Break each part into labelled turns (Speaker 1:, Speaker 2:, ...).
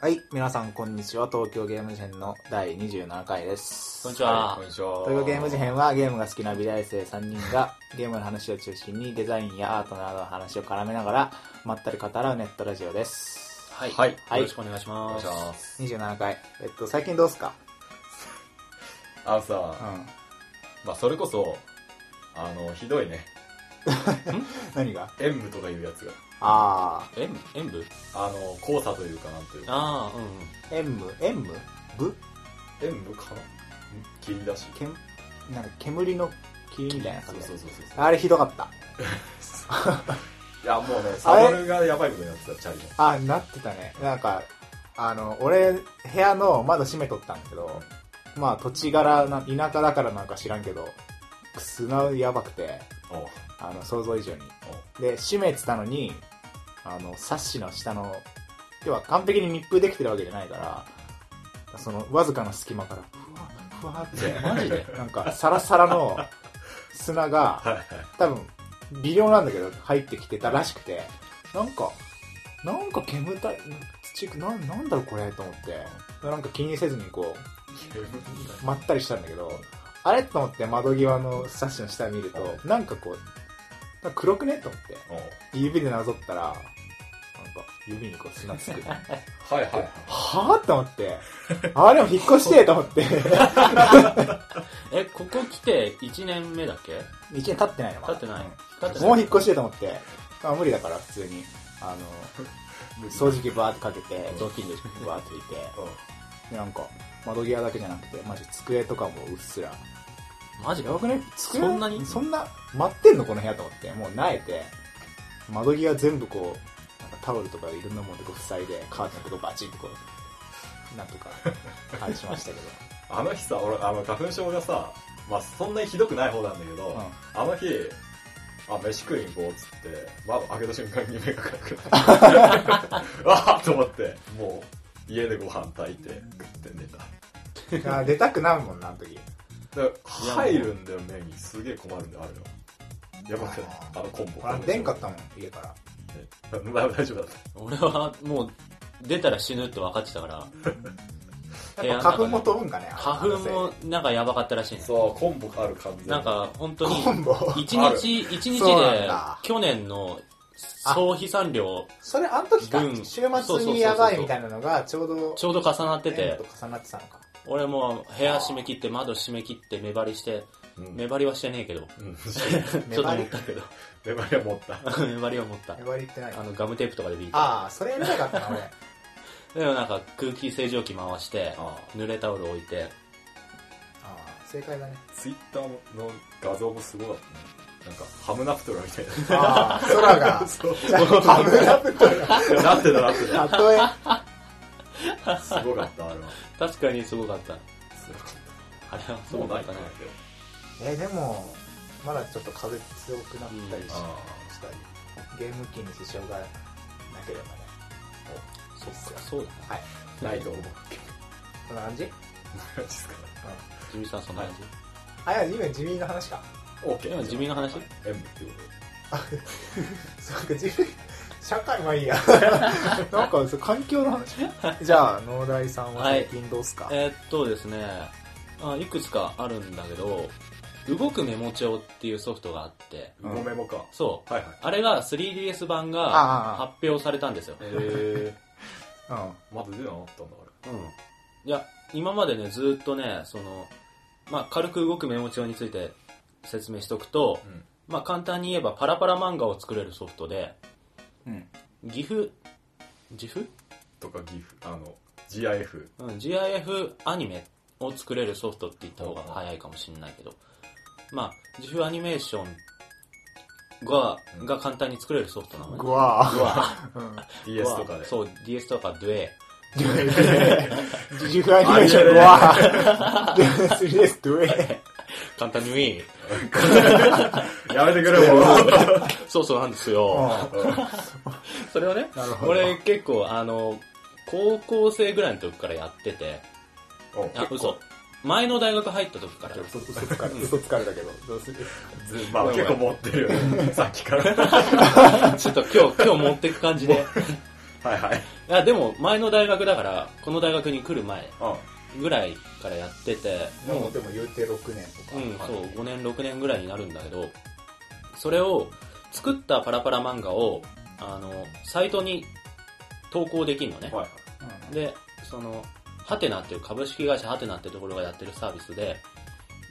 Speaker 1: はい、皆さんこんにちは。東京ゲーム事変の第27回です。
Speaker 2: こんにちは
Speaker 3: こんにちは。
Speaker 1: 東京ゲーム事変はゲームが好きな美大生3人が ゲームの話を中心にデザインやアートなどの話を絡めながらまったり語らうネットラジオです。
Speaker 2: はい。
Speaker 3: はい
Speaker 2: よろしくお願いし
Speaker 3: お願
Speaker 2: ま
Speaker 3: いし
Speaker 2: す。
Speaker 3: ます。
Speaker 1: 27回。えっと、最近どうすか
Speaker 3: あの
Speaker 1: う
Speaker 3: さ、
Speaker 1: ん。
Speaker 3: まあそれこそ、あの、ひどいね。
Speaker 1: 何が
Speaker 3: 演武とかいうやつが。
Speaker 1: あ
Speaker 2: 演武演武
Speaker 3: あの、交差というかなんというか。
Speaker 2: ああ、うんうん。
Speaker 1: ー、演武演武部
Speaker 3: 演武かなん霧だし。
Speaker 1: けんなんか煙の霧みたいな
Speaker 3: そ
Speaker 1: 感
Speaker 3: う
Speaker 1: じ。
Speaker 3: そうそうそう。
Speaker 1: あれひどかった。
Speaker 3: いや、もうね、サドルがやばいことになってた、チャリの。
Speaker 1: あ、なってたね。なんか、あの、俺、部屋の窓閉めとったんだけど、まあ土地柄な、田舎だからなんか知らんけど、砂やばくて、
Speaker 3: おう
Speaker 1: あの、想像以上に。
Speaker 3: おう
Speaker 1: で、閉めてたのに、あの、サッシの下の、要は完璧に密封できてるわけじゃないから、その、わずかな隙間から、ふわ、ふわって、
Speaker 2: マジで
Speaker 1: なんか、サラサラの砂が、
Speaker 3: はいはい。
Speaker 1: 多分微量なんだけど入ってきてたらしくてなんかなんか煙たい土ななんだろうこれと思ってなんか気にせずにこうまったりしたんだけどあれと思って窓際のサッシの下見るとなんかこうなんか黒くねと思って
Speaker 3: おう
Speaker 1: 指でなぞったらなんか指にこう砂 つくは
Speaker 3: はいはいはい。
Speaker 1: ぁと思ってあれも引っ越してと思って 1
Speaker 2: え、ここ来て1年目だっけ
Speaker 1: 年経ってないの
Speaker 2: 経ってない。経って
Speaker 1: も
Speaker 2: な
Speaker 1: う
Speaker 2: い。
Speaker 1: 引っ越してと思ってあ無理だから普通にあの掃除機バーってかけて、
Speaker 2: 雑巾でし
Speaker 1: バーっていて、
Speaker 3: おう
Speaker 1: で、なんか、窓際だけじゃなくて、マジ机とかもうっすら。
Speaker 2: ょ。マジ
Speaker 1: やばくね机
Speaker 2: そんなに
Speaker 1: そんな、待ってんのこの部屋と思って。もう慣れて、窓際全部こう、なんかタオルとかいろんなものでこう塞いで、カーテンとかバチンとこう、なんとか、あれしました け
Speaker 3: あの日さ、俺、あの、花粉症がさ、まあそんなにひどくない方なんだけど、
Speaker 1: ど。うん。
Speaker 3: あの日、あ、飯食いに行こうっつって、窓開けた瞬間に目がかく なって、わーっと思って、もう家でご飯炊いて食って寝た。
Speaker 1: あー出たくないもんな、あの時。
Speaker 3: だから入るんだよ、目に。すげえ困るんだよ、あれは。やばくないあのコンボ。
Speaker 1: あ、出んかったもん、家から。
Speaker 3: うん 大丈夫だっ
Speaker 2: 俺はもう出たら死ぬって分かって たから、
Speaker 1: やっぱ花粉も飛ぶんかね。
Speaker 2: 花粉もなんかやばかったらしい
Speaker 3: た。
Speaker 2: ね。
Speaker 3: そう、コンボがある感じ
Speaker 2: なん、か本当に
Speaker 1: コンボ。
Speaker 2: 一
Speaker 3: ある
Speaker 2: 日、一日
Speaker 1: そうなん
Speaker 2: で
Speaker 1: だ
Speaker 2: 去年の総飛散量
Speaker 1: それ、あの時か
Speaker 2: う。ん
Speaker 1: 週末にやばいみたいなのが、ちょうど、
Speaker 2: ちょうど重なって
Speaker 1: 円
Speaker 2: て
Speaker 1: と、重なってたのか。
Speaker 2: 俺も部屋閉め切って窓閉め切って目張りして、
Speaker 3: うん。うん
Speaker 2: 目張りはしてねえけど、
Speaker 1: 目
Speaker 2: ちょっと
Speaker 1: 張
Speaker 2: 持っ
Speaker 1: り
Speaker 2: たけど、
Speaker 3: 粘りは持った。
Speaker 2: 目張りは持った
Speaker 1: 目。張りってない
Speaker 2: あの、ガムテープとかでビーっ
Speaker 1: ああそれやりたかったな 俺
Speaker 2: て。でもなんか空気清浄機回して、
Speaker 3: あ
Speaker 2: 濡れタオル置いて、
Speaker 1: ああ正解だね
Speaker 3: ツイッターの画像もすごかったね。なんか、ハムナプトラみたいな。
Speaker 1: ああ空が
Speaker 3: そう。
Speaker 1: ハムラプトが
Speaker 3: なってたなってた。
Speaker 1: た
Speaker 3: すごかった、あれは。
Speaker 2: 確かにすごかった。
Speaker 3: すごかっ
Speaker 2: あれは
Speaker 3: た。
Speaker 2: すごかったね。
Speaker 1: とええでもまだちょっと風強くなったりし
Speaker 3: あ
Speaker 1: したりゲーム機に支障がなければね
Speaker 2: そっか、そうだな。
Speaker 1: はい
Speaker 3: あ、ないと思う。
Speaker 1: こんな感じうん
Speaker 3: マジっすか。
Speaker 2: 地味さんそんな感じ、
Speaker 1: あいや今地味の話か
Speaker 3: オーケー。
Speaker 2: 今地味な話
Speaker 3: 演武っていうこ
Speaker 1: そうか地味社会はいいや なんかそう環境の 話じゃあ農大さんは最近どうっすか、
Speaker 2: えーっとですねあ、いくつかあるんだけど、動くメモ帳っていうソフトがあって、
Speaker 3: と。ごめもか。
Speaker 2: そう。
Speaker 3: はいはい。
Speaker 2: あれが 3DS
Speaker 1: あ
Speaker 2: 版
Speaker 1: あ
Speaker 2: が
Speaker 1: ああ
Speaker 2: 発表されたんですよ。
Speaker 3: え
Speaker 1: うん
Speaker 3: ー、まだ出てなかったんだ、
Speaker 2: うん。いや、今までね、ずーっとね、その、まあ、軽く動くメモ帳について説明しとくと
Speaker 3: あ、れ。うん。
Speaker 2: まあ、簡単に言えばパラパラ漫画を作れるソフトで、
Speaker 1: うん
Speaker 2: 岐阜、岐阜
Speaker 3: とか岐阜、あの、GIF。
Speaker 2: うん、GIF アニメを作れるソフトって言った方が早いかもしれないけど、まあ、自負アニメーションが、
Speaker 3: うん
Speaker 2: が簡単に作れるソフトなのね。
Speaker 1: ぐわ
Speaker 2: うわ
Speaker 1: ーうん
Speaker 3: DS とかで。
Speaker 2: そう、DS とか DUE。
Speaker 1: 自主アニメーションぐわー 3DS ドゥエ
Speaker 2: 簡単に Wii。
Speaker 3: やめてくれ、もう。
Speaker 2: そうそうなんですよ。それをね、
Speaker 1: なるほど
Speaker 2: 俺結構あの、高校生ぐらいの時からやってて、
Speaker 3: お
Speaker 2: あ、嘘。前の大学入った時 から。
Speaker 1: 嘘嘘つかれ嘘つかれたけどどうする
Speaker 3: ずまあ 結構持ってるよね。さっきから。
Speaker 2: ちょっと今日、今日持ってく感じで。
Speaker 3: はいはい。
Speaker 2: いやでも前の大学だからこの大学に来る前
Speaker 3: うん。
Speaker 2: ぐらいからやってて
Speaker 1: で
Speaker 2: も
Speaker 1: も
Speaker 2: う
Speaker 1: でも言うて6年とか、
Speaker 2: うん、そう5年6年ぐらいになるんだけどそれを作ったパラパラ漫画をあのサイトに投稿できるのね、
Speaker 3: はいはい。
Speaker 1: うん
Speaker 2: でそのハテナっていう株式会社ハテナってところがやってるサービスで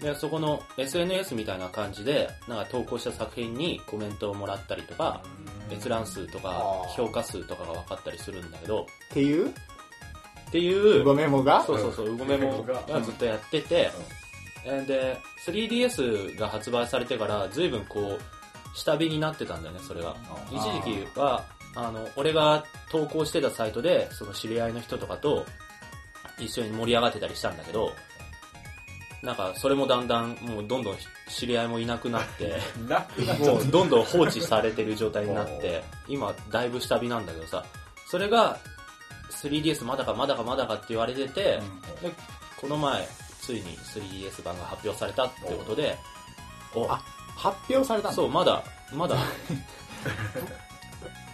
Speaker 2: でそこの SNS みたいな感じでなんか投稿した作品にコメントをもらったりとか閲覧数とか
Speaker 1: あー
Speaker 2: 評価数とかが分かったりするんだけど
Speaker 1: っていう
Speaker 2: っていう
Speaker 1: ごメモが
Speaker 2: そうそうそう、うごめもがずっとやってて、えーで、3DS が発売されてから、随分こう、下火になってたんだよね、それが。
Speaker 3: あ
Speaker 2: 一時期は、あの、俺が投稿してたサイトで、その知り合いの人とかと、一緒に盛り上がってたりしたんだけど、なんか、それもだんだん、もうどんどん知り合いもいなくなって、
Speaker 3: な、
Speaker 2: もうどんどん放置されてる状態になって、今だいぶ下火なんだけどさ、それが 3DS まだかまだかまだかって言われてて、でこの前、ついに 3DS 版が発表されたってことで、お
Speaker 1: あ発表されたの
Speaker 2: そう、まだ、まだ、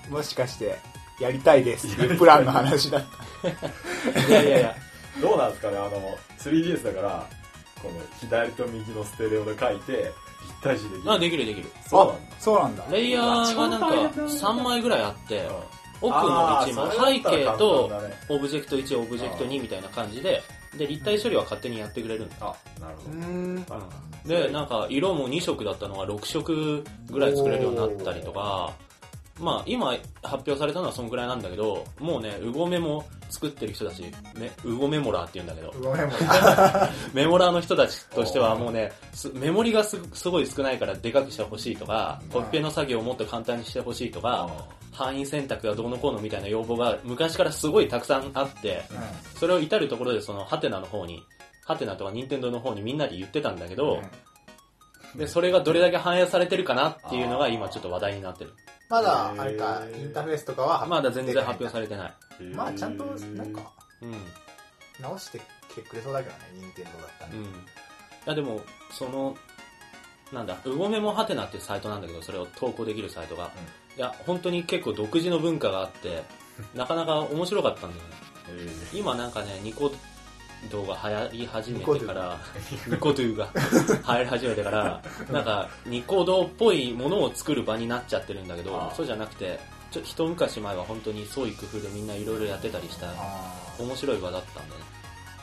Speaker 1: もしかしてやりたいですって いうプランの話だっ
Speaker 2: いやいやいや、
Speaker 3: どうなんですかね、あの、3DS だから、この左と右のステレオで書いて、一対視でき る。
Speaker 2: あできるできる。
Speaker 1: た
Speaker 3: そうなんだ
Speaker 1: あそうなんだ
Speaker 2: レイヤーがなんか
Speaker 3: うわ超大変だ
Speaker 2: 3枚ぐらいあって、奥も
Speaker 3: あー
Speaker 2: 1枚、
Speaker 3: それ
Speaker 2: 背
Speaker 3: だったら
Speaker 2: 景
Speaker 3: 簡
Speaker 2: と
Speaker 3: 単だね
Speaker 2: オブジェクト1、オブジェクト2みたいな感じで、で、立体処理は勝手にやってくれるんだ。
Speaker 3: あ、なるほ
Speaker 1: う
Speaker 3: ど。
Speaker 1: ーん
Speaker 3: あ
Speaker 2: でなんか色も2色だったのが6色ぐらい作れるようになったりとかまあ今発表されたのはそんぐらいなんだけどもうねうごめも作ってる人たち、ね、うごメモラーって言うんだけど
Speaker 1: ごメモ
Speaker 2: メモラーの人たちとしてはもうねすメモリがすすごい少ないからでかくしてほしいとかコピペの作業をもっと簡単にしてほしいとか範囲選択がどうのこうのみたいな要望が昔からすごいたくさんあってそれを至るところでそのハテナの方にハテナとか任天堂の方にみんなで言ってたんだけ
Speaker 1: うん
Speaker 2: ど、
Speaker 1: うん
Speaker 2: で、それがどれだけ反映されてるかなっていうのが今ちょっと話題になってる。
Speaker 1: まだあれかインターフェースとかは
Speaker 2: まだ全然発表されてない。
Speaker 3: うん
Speaker 1: まあちゃんとなんか
Speaker 2: うん。うん。い
Speaker 1: 直してくれそうだけどね任天堂だったら
Speaker 2: や、でも、その、なんだ、うごめもはてなっていうサイトなんだけど、それを投稿できるサイトが。いや、本当に結構独自の文化があって、なかなか面白かったんだよね。
Speaker 3: えー
Speaker 2: 今なんかね、ニコ動が流行り始めてから、ニ
Speaker 3: ニ
Speaker 2: コ動が流行り始めてから、なんかニコ動っぽいものを作る場になっちゃってるんだけど
Speaker 3: あ、ー
Speaker 2: そうじゃなくて、ちょ一昔前は本当に創意工夫でみんないろいろやってたりした
Speaker 1: あ
Speaker 2: 面白い場だったんだね。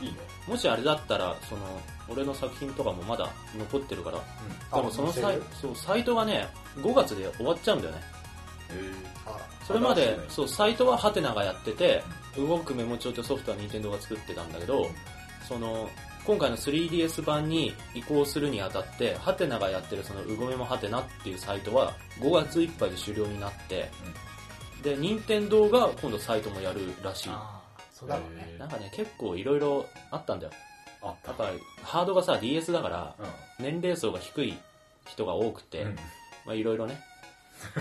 Speaker 3: いいね。
Speaker 2: もしあれだったら、その、俺の作品とかもまだ残ってるから、
Speaker 1: あ
Speaker 2: でもそのサ
Speaker 1: 載せ
Speaker 2: イ
Speaker 1: る
Speaker 2: そうサイトがね、5月で終わっちゃうんだよね。
Speaker 3: えー
Speaker 1: あ
Speaker 2: それま
Speaker 3: 新し
Speaker 2: で
Speaker 3: いね、
Speaker 2: そう、サイトはハテナがやってて、動くメモ帳とソフトは任天堂が作ってたんだけど、その、今回の 3DS 版に移行するにあたって、ハテナがやってるその、うごめもハテナっていうサイトは、5月いっぱいで終了になって、で、任天堂が今度サイトもやるらしい。
Speaker 1: あーそうだろうね
Speaker 3: えー
Speaker 2: なんかね、結構いろいろあったんだよ。
Speaker 3: あ、
Speaker 2: や
Speaker 3: た
Speaker 2: っぱり、ハードがさ、DS だから、
Speaker 3: うん。
Speaker 2: 年齢層が低い人が多くて、
Speaker 3: うん
Speaker 2: まあいろいろね、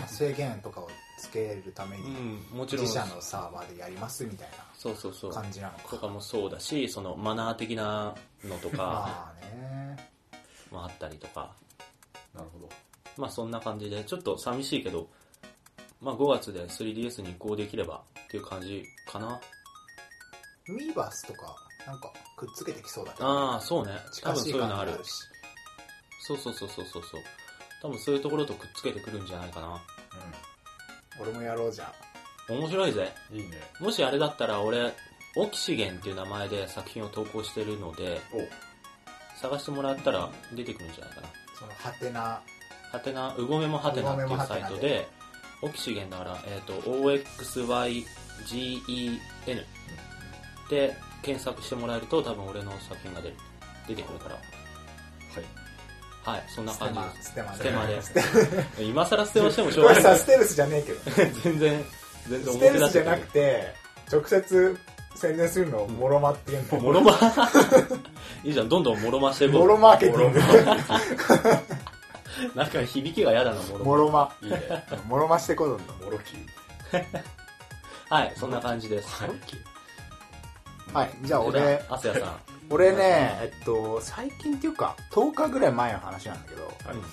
Speaker 1: 制限とかをつけるため
Speaker 2: う
Speaker 1: に
Speaker 2: ん、もちろん、
Speaker 1: 自社の
Speaker 2: そ
Speaker 1: サーバーでやりますみたいう
Speaker 2: そうそう
Speaker 1: な。感じなの
Speaker 2: とか
Speaker 1: か
Speaker 2: もそうだしそのマナー的なのとか
Speaker 1: ま あね
Speaker 2: もあったりとか
Speaker 3: なるほど。
Speaker 2: まあそんな感じでちょっと寂しいけど、まあ、5月で 3DS に移行できればっていう感じかな
Speaker 1: ミーバースとかなんかくっつけてきそうだけど
Speaker 2: ああそうね
Speaker 1: 近
Speaker 2: 多分
Speaker 1: し
Speaker 2: そう
Speaker 1: い
Speaker 2: い
Speaker 1: 感じ
Speaker 2: うの
Speaker 1: が
Speaker 2: あ
Speaker 1: あ
Speaker 2: る
Speaker 1: るし
Speaker 2: そうそうそうそうそうそう多分そういうところとくっつけてくるんじゃないかな
Speaker 1: 俺もやろうじゃん
Speaker 2: 面白いぜ
Speaker 3: うん。いいね。
Speaker 2: もしあれだったら俺オキシゲンっていう名前で作品を投稿してるので
Speaker 3: お
Speaker 2: 探してもらったら出てくるんじゃないかな
Speaker 1: そのハテナ
Speaker 2: ハテナ、うごめもハテナってい
Speaker 1: う
Speaker 2: うサイ
Speaker 1: ごめもハテ
Speaker 2: ト
Speaker 1: ナ
Speaker 2: で、オキシゲンだから、えっ、と、OXYGEN で検索してもらえると多分俺の作品が出る。出てくるから。
Speaker 3: はい。
Speaker 2: はい、そんな
Speaker 1: ステ
Speaker 2: 感じ
Speaker 1: マ
Speaker 2: です。
Speaker 1: ステマ
Speaker 2: ステマで
Speaker 1: ね。
Speaker 2: 今更ステマしてもしょう
Speaker 1: こ
Speaker 2: が
Speaker 1: れ
Speaker 2: ない
Speaker 1: さステルスじゃねえけど
Speaker 2: 全然、全
Speaker 1: ス
Speaker 2: 然
Speaker 1: テ
Speaker 2: 表立
Speaker 1: ルスじ
Speaker 2: て
Speaker 1: ゃなくて直接宣伝するのをモロマって言うんだよ
Speaker 2: もろま、いいじゃん、どんどんもろましていこ
Speaker 1: モロマーケティング
Speaker 2: う。なんか響きが嫌だな、もろ
Speaker 1: モロマ
Speaker 3: いいね。
Speaker 1: モロマしてこどんど
Speaker 3: モロキー。
Speaker 2: はい、そんな感じです。
Speaker 1: はいじゃあ
Speaker 2: じ
Speaker 1: 俺
Speaker 2: ゃあ、アスヤさん。
Speaker 1: 俺ねえっと最近っていうか10日ぐらい前の話なんだけど
Speaker 3: はい
Speaker 2: うん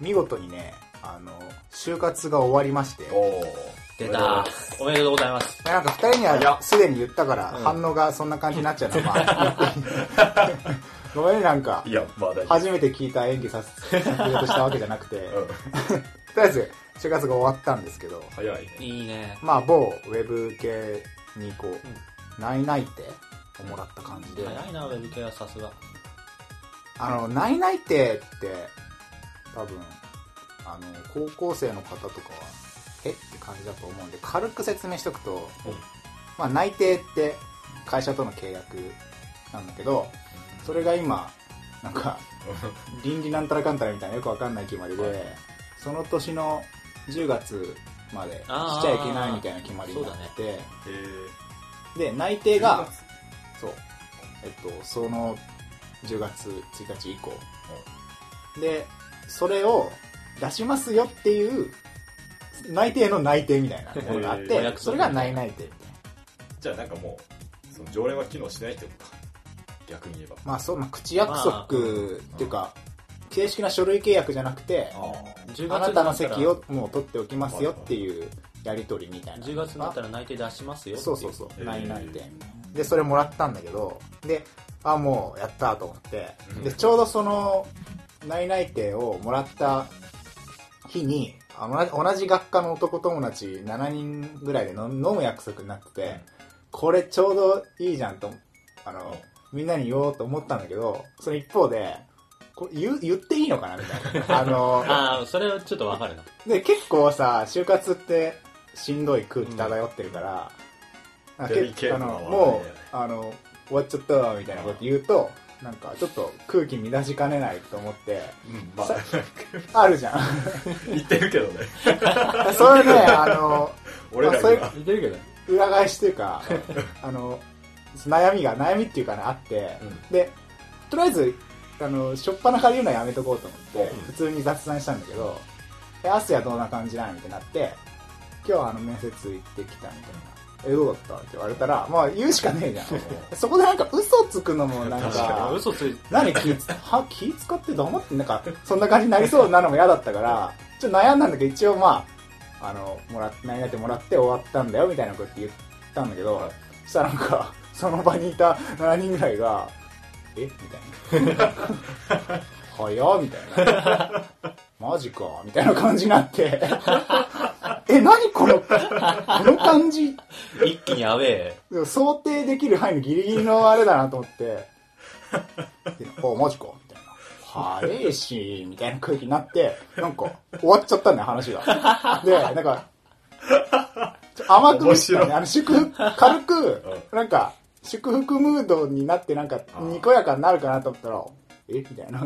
Speaker 1: 見事にねあの就活が終わりまして
Speaker 3: おー。
Speaker 2: 出た。おめでとうございます。
Speaker 1: なんか二人にはすでに言ったから
Speaker 2: うん
Speaker 1: 反応がそんな感じになっちゃうのは、まあごめんねなんか
Speaker 3: いや、まあ大丈
Speaker 1: 初めて聞いた演技させさせようとしたわけじゃなくて、
Speaker 3: 夫。うん。
Speaker 1: とりあえず4月が終わったんですけど
Speaker 3: 早いね。
Speaker 2: いいね。
Speaker 1: まあ某ウェブ系にこう、ないないって
Speaker 3: うん
Speaker 1: もらった感じで、
Speaker 2: 早いな、ウェブ系はさすが。
Speaker 1: あのないないってって多分あの高校生の方とかはえって感じだと思うんで軽く説明しとくと、
Speaker 3: うん
Speaker 1: まあ内定って会社との契約なんだけどそれが今なんか倫理なんたらかんたらみたいなよくわかんない決まりで、
Speaker 3: はい
Speaker 1: その年の10月までしち
Speaker 2: あー
Speaker 1: ゃいけないみたいな決まりになってて、
Speaker 3: えー
Speaker 1: で内定がそうえっとその10月1日以降、でそれを出しますよっていう内定の内定みたいなものがあって、
Speaker 2: へー
Speaker 1: それが内内定みたいな
Speaker 3: じゃあなんかもう、その常連は機能しないってことか。逆に言えば。
Speaker 1: まあそうまあ口約束
Speaker 2: まあ
Speaker 1: っていうか、正式な書類契約じゃなくて
Speaker 3: あ
Speaker 2: 10
Speaker 1: あ
Speaker 2: 月
Speaker 1: な
Speaker 2: にな
Speaker 1: た
Speaker 2: った
Speaker 1: の
Speaker 2: ら
Speaker 1: 席をもう取っておきますよっていうやり取りみたいな
Speaker 2: 10月になったら内定出しますよってい
Speaker 1: そうそうそうう内内定
Speaker 3: へ
Speaker 1: でそれもらったんだけどであもうやったと思って
Speaker 3: うん
Speaker 1: でちょうどその内内定をもらった日にあ同じ同じ学科の男友達7人ぐらいで飲む飲む約束になってて、
Speaker 3: うん
Speaker 1: これちょうどいいじゃんとあの、
Speaker 3: う
Speaker 1: みんなに言おうと思ったんだけどその一方でこれ言う言っていいのかなみたいなあ の
Speaker 2: ああ、それはちょっとわかるな。
Speaker 1: で結構さ就活ってしんどい空気漂ってるから、なんか
Speaker 3: デリケート
Speaker 1: あの
Speaker 3: な話ね
Speaker 1: もうあの終わっちゃったわみたいなこと言うとなんかちょっと空気乱しかねないと思って
Speaker 3: うん、まあ、
Speaker 1: さ
Speaker 3: なんか
Speaker 1: あるじ ゃ
Speaker 3: 言ってるけどね。
Speaker 1: んそれねあの
Speaker 3: 俺らに
Speaker 1: まあ
Speaker 3: は。
Speaker 2: 言ってるけど。
Speaker 1: 裏返しというか あの悩みが悩みっていうかねあって、でとりあえずあの初っ端から言うのはやめとこうと思って、
Speaker 3: うん
Speaker 1: 普通に雑談したんだけど「えアスヤどんな感じなん?」ってなって「今日はあの面接行ってきた」みたいな「えどうだった?」って言われたらまあ言うしかねえじゃんそこでなんか嘘つくのもなん
Speaker 3: 確か
Speaker 1: か
Speaker 2: 嘘つい
Speaker 1: 何気つは気使って黙ってなんかそんな感じになりそうなのも嫌だったからちょっと悩んだんだけど一応まああのもらっ何々ってもらって終わったんだよみたいなこと言ったんだけど、
Speaker 3: はい
Speaker 1: そしたらなんかその場にいた7人ぐらいが「えみたいな「早っ」みたいな「マジか」みたいな感じになって「え何このこの感じ」
Speaker 2: 一気にアウェー。
Speaker 1: でも想定できる範囲のギリギリのあれだなと思って、であ、マジかみたいな。早いし、みたいな空気になって、なんか、終わっちゃったんだよ、話が。で、なんか、ちょ甘く見てた
Speaker 3: 面白
Speaker 1: ね、
Speaker 3: い
Speaker 1: あの、祝福、軽く、なんか、祝福ムードになって、なんか、
Speaker 3: ー
Speaker 1: にこやかになるかなと思ったら、えみたいな、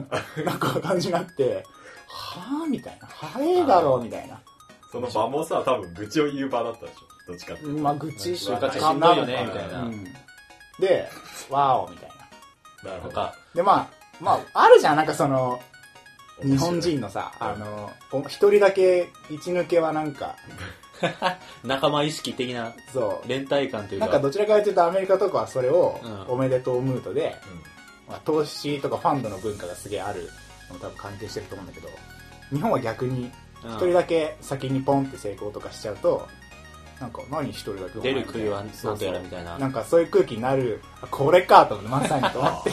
Speaker 1: なんか感じになって、はぁみたいな。早いだろうみたいな。
Speaker 3: その場もさ、多分愚痴を言う場だったでしょ。どっちかって。
Speaker 1: まあ、愚痴
Speaker 2: 就活
Speaker 1: か
Speaker 2: しんどいよ
Speaker 1: み
Speaker 2: ね、み
Speaker 1: た
Speaker 2: た
Speaker 1: い
Speaker 2: い
Speaker 1: な。
Speaker 2: な。
Speaker 1: うんで、わおみたいな。
Speaker 3: なる
Speaker 2: な
Speaker 3: ほ
Speaker 2: ん
Speaker 3: ど
Speaker 2: か。、
Speaker 1: でまあまああるじゃんなんかその日本人のさ
Speaker 3: うん
Speaker 1: あのお一人だけ一抜けはなんか
Speaker 2: 仲間意識的な
Speaker 1: そ
Speaker 2: 連帯感というう
Speaker 1: な
Speaker 2: か。
Speaker 1: んかどちらかというとアメリカとかはそれを
Speaker 2: うん
Speaker 1: おめでとうムードで、
Speaker 3: うん。
Speaker 1: まあ、投資とかファンドの文化がすげえあるのも多分関係してると思うんだけど日本は逆に
Speaker 2: うん
Speaker 1: 一人だけ先にポンって成功とかしちゃうとなんか何一人だけお前
Speaker 2: 出る杭は何だやらみたいな。
Speaker 1: なんかそういう空気になる、あこれかと思って、まさにと思って、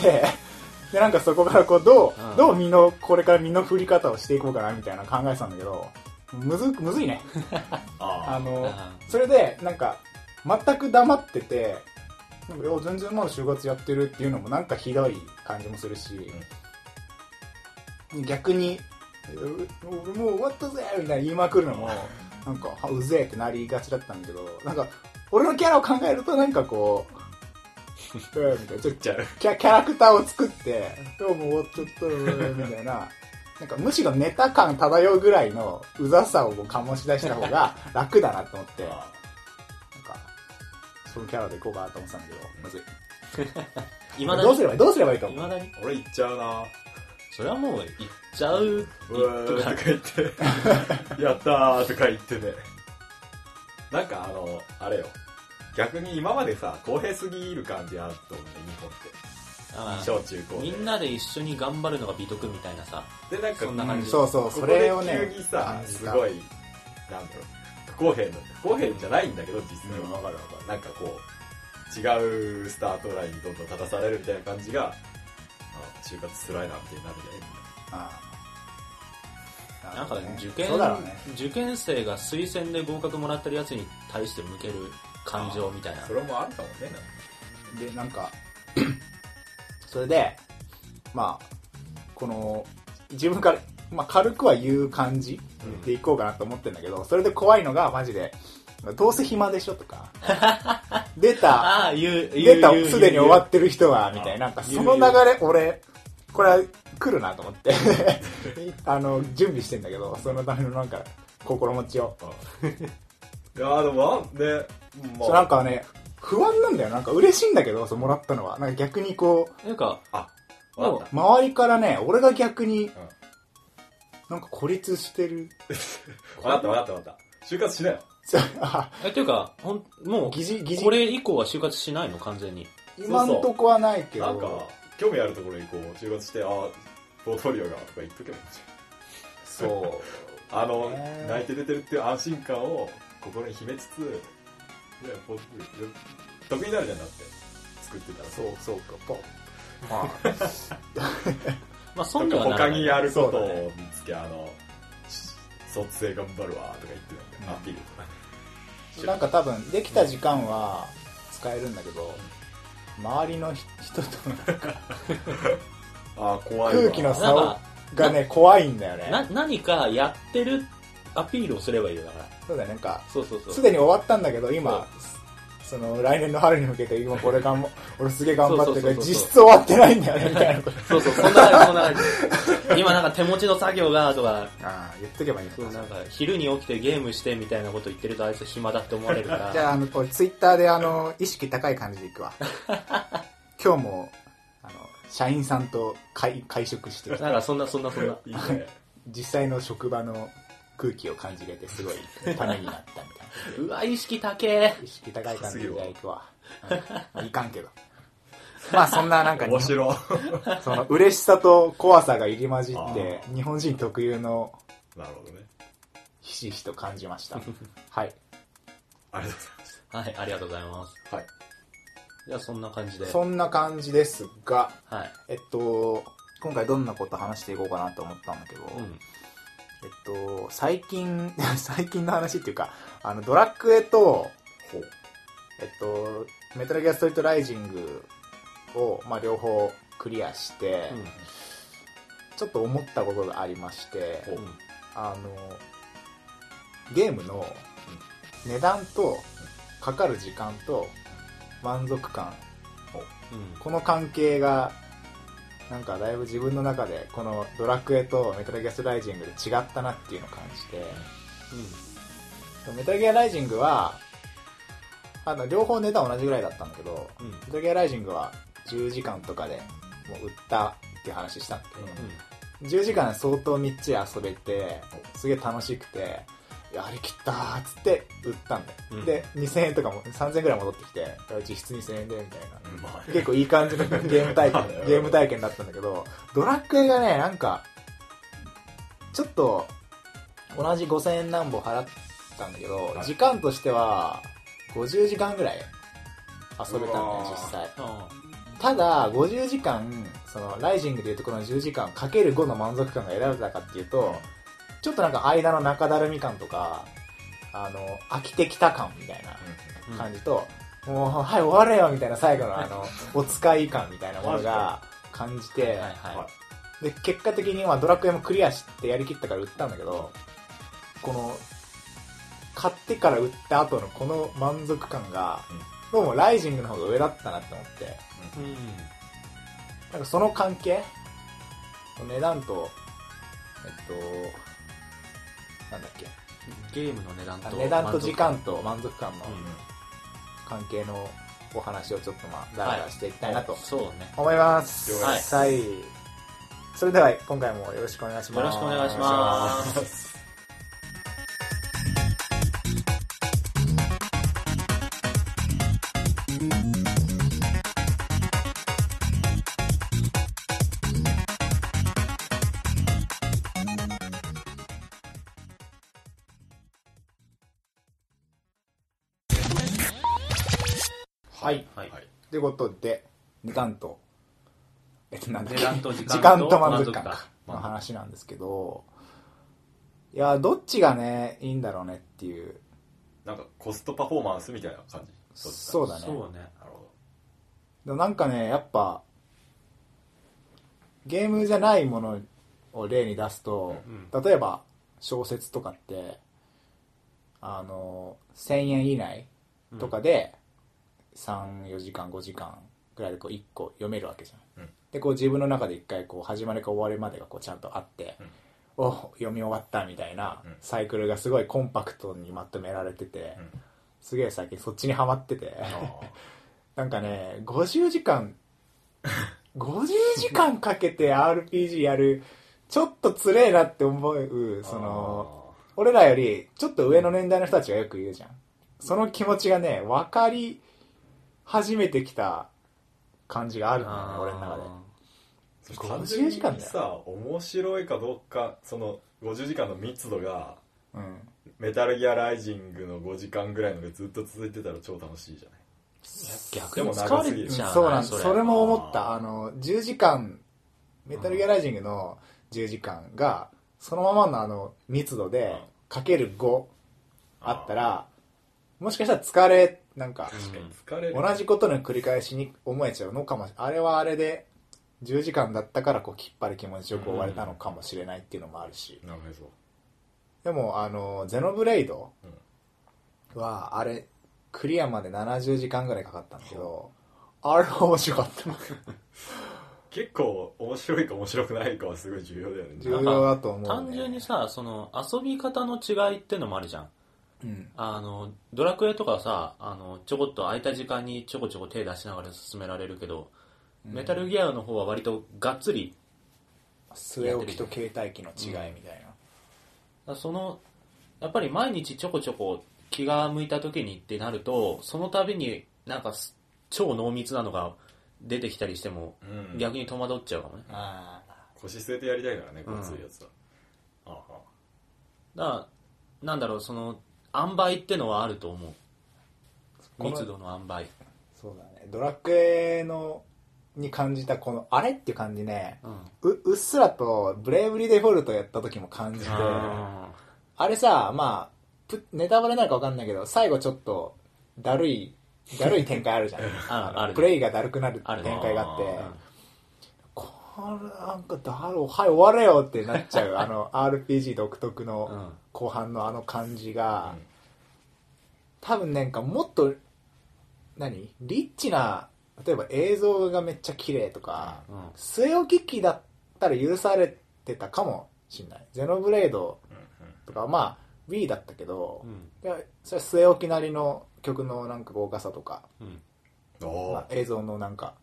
Speaker 1: で、なんかそこからこう、どう、
Speaker 2: うん
Speaker 1: どう身の、これから身の振り方をしていこうかなみたいな考えてたんだけど、むず、むずいね。あ
Speaker 3: あ
Speaker 1: の、
Speaker 2: う
Speaker 1: それで、なんか、全く黙ってて、なんか、いや全然まだ就活やってるっていうのもなんかひどい感じもするし、逆に、う俺もう終わったぜみたいな言いまくるのも、なんか、あうぜえってなりがちだったんだけど、なんか、俺のキャラを考えるとなんかこう、うん、みたいな、ちょっと
Speaker 3: じゃあ、
Speaker 1: キャキャラクターを作って、今日も終わっちゃったよみたいな、なんかむしろネタ感漂うぐらいのうざさをもう醸し出した方が楽だなと思って、なんか、そのキャラでいこうかなと思ってたんだけど、まずい。
Speaker 2: いまだ
Speaker 1: どう
Speaker 2: に
Speaker 1: す、ればいいどうすればいいと
Speaker 2: い
Speaker 1: 思う
Speaker 2: まだに。
Speaker 3: 俺行っちゃうな
Speaker 2: それはもう、行っちゃう。
Speaker 3: うわーとか言って、やったーとか言ってね。なんかあの、あれよ。逆に今までさ、公平すぎる感じあると思うね、
Speaker 2: あ
Speaker 3: 日
Speaker 2: ー
Speaker 3: 本って。小中高
Speaker 2: みんなで一緒に頑張るのが美徳みたいなさ。
Speaker 3: で。で、なんか、
Speaker 2: そんな感じ
Speaker 1: うんそうそう、
Speaker 3: こ
Speaker 1: そ
Speaker 3: こ
Speaker 1: れ
Speaker 3: で
Speaker 1: をね、
Speaker 3: 急にさ、
Speaker 1: 感じ
Speaker 3: す
Speaker 1: た
Speaker 3: ごい、なんだろう、不公平な、不公平じゃないんだけど、実際は。
Speaker 1: かるわか
Speaker 3: なんかこう、違うスタートラインにどんどん立たされるみたいな感じが、あ、就活辛いなってなるんじゃない
Speaker 1: ああ
Speaker 2: なんかね受験
Speaker 1: そうだろうね
Speaker 2: 受験生が推薦で合格もらってるやつに対して向ける感情みたいな。
Speaker 3: それもあるかもね、なんか
Speaker 1: でなんか それでまあこの自分から、まあ、軽くは言う感じでいこうかなと思ってんだけどそれで怖いのがマジでどうせ暇でしょとか出た
Speaker 2: ああ、言う、言う。
Speaker 1: 出た
Speaker 2: 言う
Speaker 1: すでに終わ
Speaker 2: 言う
Speaker 1: ってる人はみたいななんかその流れ俺これは来るなと思って あの準備してんだけどそのためのなんか心持ちを
Speaker 3: いやーでもな、ね、ま
Speaker 1: そうなんかね不安なんだよなんか嬉しいんだけどそうもらったのはなんか逆にこう
Speaker 2: なんか、
Speaker 3: あ、わかっ
Speaker 1: 周りからね俺が逆に、なんか孤立してる
Speaker 3: た。わかったわかったわかった。就活しなよ。
Speaker 1: そうあ
Speaker 2: え、というか、ほん、もう、
Speaker 1: 疑似疑似
Speaker 2: これ以降は就活しないの完全に。
Speaker 1: 今んとこはないけど
Speaker 3: なんか、興味あるところにこう、就活して、あ、ポートフォリオが、とか言っとけばいいじ
Speaker 1: そ
Speaker 3: ゃん。あの
Speaker 1: ね、
Speaker 3: 泣いて出てるっていう安心感を心に秘めつつ、ね、ポートフォリオ、得意になるじゃんだって。作ってたら。
Speaker 1: うそうそうかポまあ
Speaker 2: まあ、そ
Speaker 3: と
Speaker 2: ん
Speaker 3: か
Speaker 2: な
Speaker 3: 他にやるこ
Speaker 1: そ
Speaker 3: と
Speaker 1: うだ
Speaker 3: を見つけ、あの、卒生頑張るわ、とか言ってたんで、
Speaker 1: うん
Speaker 3: アピールとかね。
Speaker 1: なんか多分できた時間は使えるんだけど周りの人人との
Speaker 3: あー、怖いわ。
Speaker 1: 空気の
Speaker 2: な
Speaker 1: 差
Speaker 2: ん
Speaker 1: を
Speaker 2: か、
Speaker 1: がね怖いんだよね
Speaker 2: な、何かやってるアピールをすればいいよ、だから。
Speaker 1: そうだよねなんか
Speaker 2: そうそうそう。
Speaker 1: すでに終わったんだけど今その来年の春に向けて今これ頑 張俺すげえ頑張ってるから
Speaker 2: そうそうそうそう
Speaker 1: 実質終わってないんだよねみたいなこと
Speaker 2: そうそう、そんな感じ、そんな感じ。今なんか手持ちの作業が、とか、
Speaker 1: ああ言っとけばいい
Speaker 2: そう
Speaker 1: な
Speaker 2: なんか昼に起きてゲームしてみたいなこと言ってるとあいつ暇だって思われるから。
Speaker 1: じゃあ、あの、これ、ツイッターで、あの、意識高い感じでいく わ。今日も、あの、社員さんと会会食してきた、
Speaker 2: なんかそんなそんなそんな。
Speaker 3: いいね。
Speaker 1: 実際の職場の空気を感じれて、すごい、ためになったみたいう
Speaker 2: わ、意識高え。
Speaker 1: な。意識高い感じでいくわ。うんいかん けど。まあ、そんな、なんか、
Speaker 3: 面白い。
Speaker 1: その、嬉しさと怖さが入り混じ
Speaker 3: あ
Speaker 1: って、
Speaker 3: ー
Speaker 1: 日本人特有の、
Speaker 3: なるほどね。
Speaker 1: ひしひしと感じま した。はい。
Speaker 3: ありがとうございます。
Speaker 2: はい、ありがとうございます。
Speaker 3: はい。
Speaker 2: じゃあそんな感じで。
Speaker 1: そんな感じですが、
Speaker 2: はい。
Speaker 1: えっと、今回どんなこと話していこうかなと思ったんだけど、
Speaker 2: うん。
Speaker 1: えっと、最近、 最近の話っていうか、あの、ドラクエと、
Speaker 3: ほう。
Speaker 1: えっと、メタルギアストリートライジングを、まあ、両方クリアして、ちょっと思ったことがありまして、
Speaker 3: ほう
Speaker 2: うん。
Speaker 1: あの、ゲームの値段と、かかる時間と、満足感、
Speaker 2: うん。
Speaker 1: この関係が、なんかだいぶ自分の中で、このドラクエとメタルギアストライジングで違ったなっていうのを感じて、メタルギアライジングは、あの、両方値段同じぐらいだったんだけど、
Speaker 2: うん。うん。
Speaker 1: メタルギアライジングは10時間とかでもう売ったっていう話したんだけど、10時間相当みっちり遊べて、すげえ楽しくて、やりきったーっつって売ったんだよ。
Speaker 2: うん
Speaker 1: で、2000円とかも3000円ぐらい戻ってきて、実質2000円でみたいな。
Speaker 3: うまい。、
Speaker 1: 結構いい感じのゲーム体験 ゲーム体験だったんだけど、ドラクエがね、なんか、ちょっと、同じ5000円何本払ったんだけど、
Speaker 3: はい
Speaker 1: 時間としては、50時間ぐらい遊べたんだ
Speaker 3: うわ
Speaker 1: よ
Speaker 3: ー、
Speaker 1: 実際。
Speaker 2: あ
Speaker 1: ただ、50時間、その、ライジングでいうところの10時間かける5の満足感が得られたかっていうと、ちょっとなんか間の中だるみ感とか、あの、飽きてきた感みたいな。
Speaker 2: うん
Speaker 1: 感じと、もう、はい、終われよみたいな最後のあ の、お使い感みたいなものが感じて、
Speaker 2: はいは
Speaker 1: で、結果的にまあドラクエもクリアしてやりきったから売ったんだけど、この、買ってから売った後のこの満足感が、どうもライジングの方が上だったなって思って、
Speaker 2: い。うん。
Speaker 1: なんかその関係値段と、えっと、なんだっけ、
Speaker 2: ゲームの値段
Speaker 1: あ
Speaker 2: と。
Speaker 1: 値段と時
Speaker 2: 満
Speaker 1: 間と満足感の
Speaker 2: 足感。
Speaker 1: 関係のお話をちょっとまあ、だらだらしていきたいなと
Speaker 2: うん。そうね。
Speaker 1: 思います。
Speaker 3: 了解
Speaker 2: です
Speaker 1: はい。それでは今回もよろしくお願いします。
Speaker 2: よろしくお願いしま す。
Speaker 1: はい。
Speaker 2: はい
Speaker 3: はい
Speaker 1: ということで、値段と、えっと、なんだっけ
Speaker 2: 値段と時間と
Speaker 1: 満足感
Speaker 2: 満足感
Speaker 1: の話なんですけど、いや、どっちがね、いいんだろうねっていう。
Speaker 3: なんかコストパフォーマンスみたいな感じ
Speaker 1: そう
Speaker 3: だ
Speaker 1: だね。
Speaker 2: そうね
Speaker 3: なるほ
Speaker 1: でもなんかね、やっぱ、ゲームじゃないものを例に出すと、
Speaker 2: う
Speaker 1: 例えば小説とかって、あの、1000円以内とかで、3、4時間、5時間ぐらいでこう1個読めるわけじゃん。
Speaker 3: うん
Speaker 1: で、こう自分の中で一回こう始まりか終わりまでがこうちゃんとあって、お読み終わったみたいな
Speaker 3: うん
Speaker 1: サイクルがすごいコンパクトにまとめられてて、
Speaker 3: うん
Speaker 1: すげえ最近そっちにハマってて。
Speaker 3: どあ
Speaker 1: なんかね、50時間、50時間かけて RPG やる、ちょっとつれえなって思う、
Speaker 3: ー
Speaker 1: その、俺らよりちょっと上の年代の人たちがよく言うじゃん。その気持ちがね、分かり始めてきた感じがあるんだよね、俺の中で。
Speaker 3: そ
Speaker 1: 50
Speaker 3: して単純に
Speaker 1: 時間だよ
Speaker 3: さ面白いかどうかその50時間の密度が
Speaker 1: うん。
Speaker 3: メタルギアライジングの5時間ぐらいのがずっと続いてたら超楽しいじゃない
Speaker 2: 逆に使われ
Speaker 1: うん
Speaker 2: ちゃう
Speaker 1: そうなんです。
Speaker 2: そ
Speaker 1: それも思っ
Speaker 3: あ
Speaker 1: た。
Speaker 3: ー
Speaker 1: あの、10時間、メタルギアライジングの10時間が、そのままのあの、密度で、かける5あったら、もしかしたら疲れ、なんか、
Speaker 3: 確かに疲れる
Speaker 1: 同じことの繰り返しに思えちゃうのかもしあれはあれで、10時間だったから、こう、きっぱり気持ちよく終われたのかもしれないっていうのもあるし。
Speaker 3: なるほ
Speaker 1: でも、あの、ゼノブレイド
Speaker 3: うん
Speaker 1: は、あれ、クリアまで70時間ぐらいかかったんだけど、あれは面白かった。
Speaker 3: ど結構面白いか面白くないかはすごい重要だよね
Speaker 1: 重要だと思う、ね。
Speaker 2: 単純にさその遊び方の違いってのもあるじゃん
Speaker 1: うん。
Speaker 2: あのドラクエとかはさあのちょこっと空いた時間にちょこちょこ手出しながら進められるけど、メタルギアの方は割とがっつり
Speaker 1: 据え置きと携帯機の違いみたい
Speaker 2: だからそのやっぱり毎日ちょこちょこ気が向いた時にってなるとその度になんかす超濃密なのが出てきたりしても、
Speaker 3: うん
Speaker 2: 逆に戸惑っちゃうかもね
Speaker 1: な。ああ。
Speaker 3: 腰据えてやりたいからねこついやつは、ああ
Speaker 2: だからなんだろうその塩梅ってのはあると思う
Speaker 1: この
Speaker 2: 密度の塩梅
Speaker 1: そうだね。ドラクエの、に感じたこの、あれっていう感じね、
Speaker 2: うん
Speaker 1: ううっすらと、ブレイブリーデフォルトやった時も感じて、あ
Speaker 2: あ
Speaker 1: れさ、まあ、ぷネタバレなのかわかんないけど、最後ちょっと、だるい、だるい展開ある じゃん。
Speaker 2: ああるね
Speaker 1: プレイがだるくなる
Speaker 2: あるね
Speaker 1: 展開があって、
Speaker 3: あ
Speaker 2: ーうん
Speaker 1: これなんかだろう、はい、終われよってなっち ゃう。あの、RPG 独特
Speaker 2: う
Speaker 1: の
Speaker 2: ん
Speaker 1: 後半のあの感じが、
Speaker 3: うん
Speaker 1: 多分なんかもっと、何リッチな、例えば映像がめっちゃ綺麗とか、
Speaker 2: うん
Speaker 1: 据え置き機だったら許されてたかもしんない。ゼノブレードとか、まあ、Wii だったけど
Speaker 2: う、ん
Speaker 1: いやそれは据え置きなりの曲のなんか豪華さとか、
Speaker 2: うん
Speaker 1: ま
Speaker 3: あ
Speaker 1: あ、映像のなんか、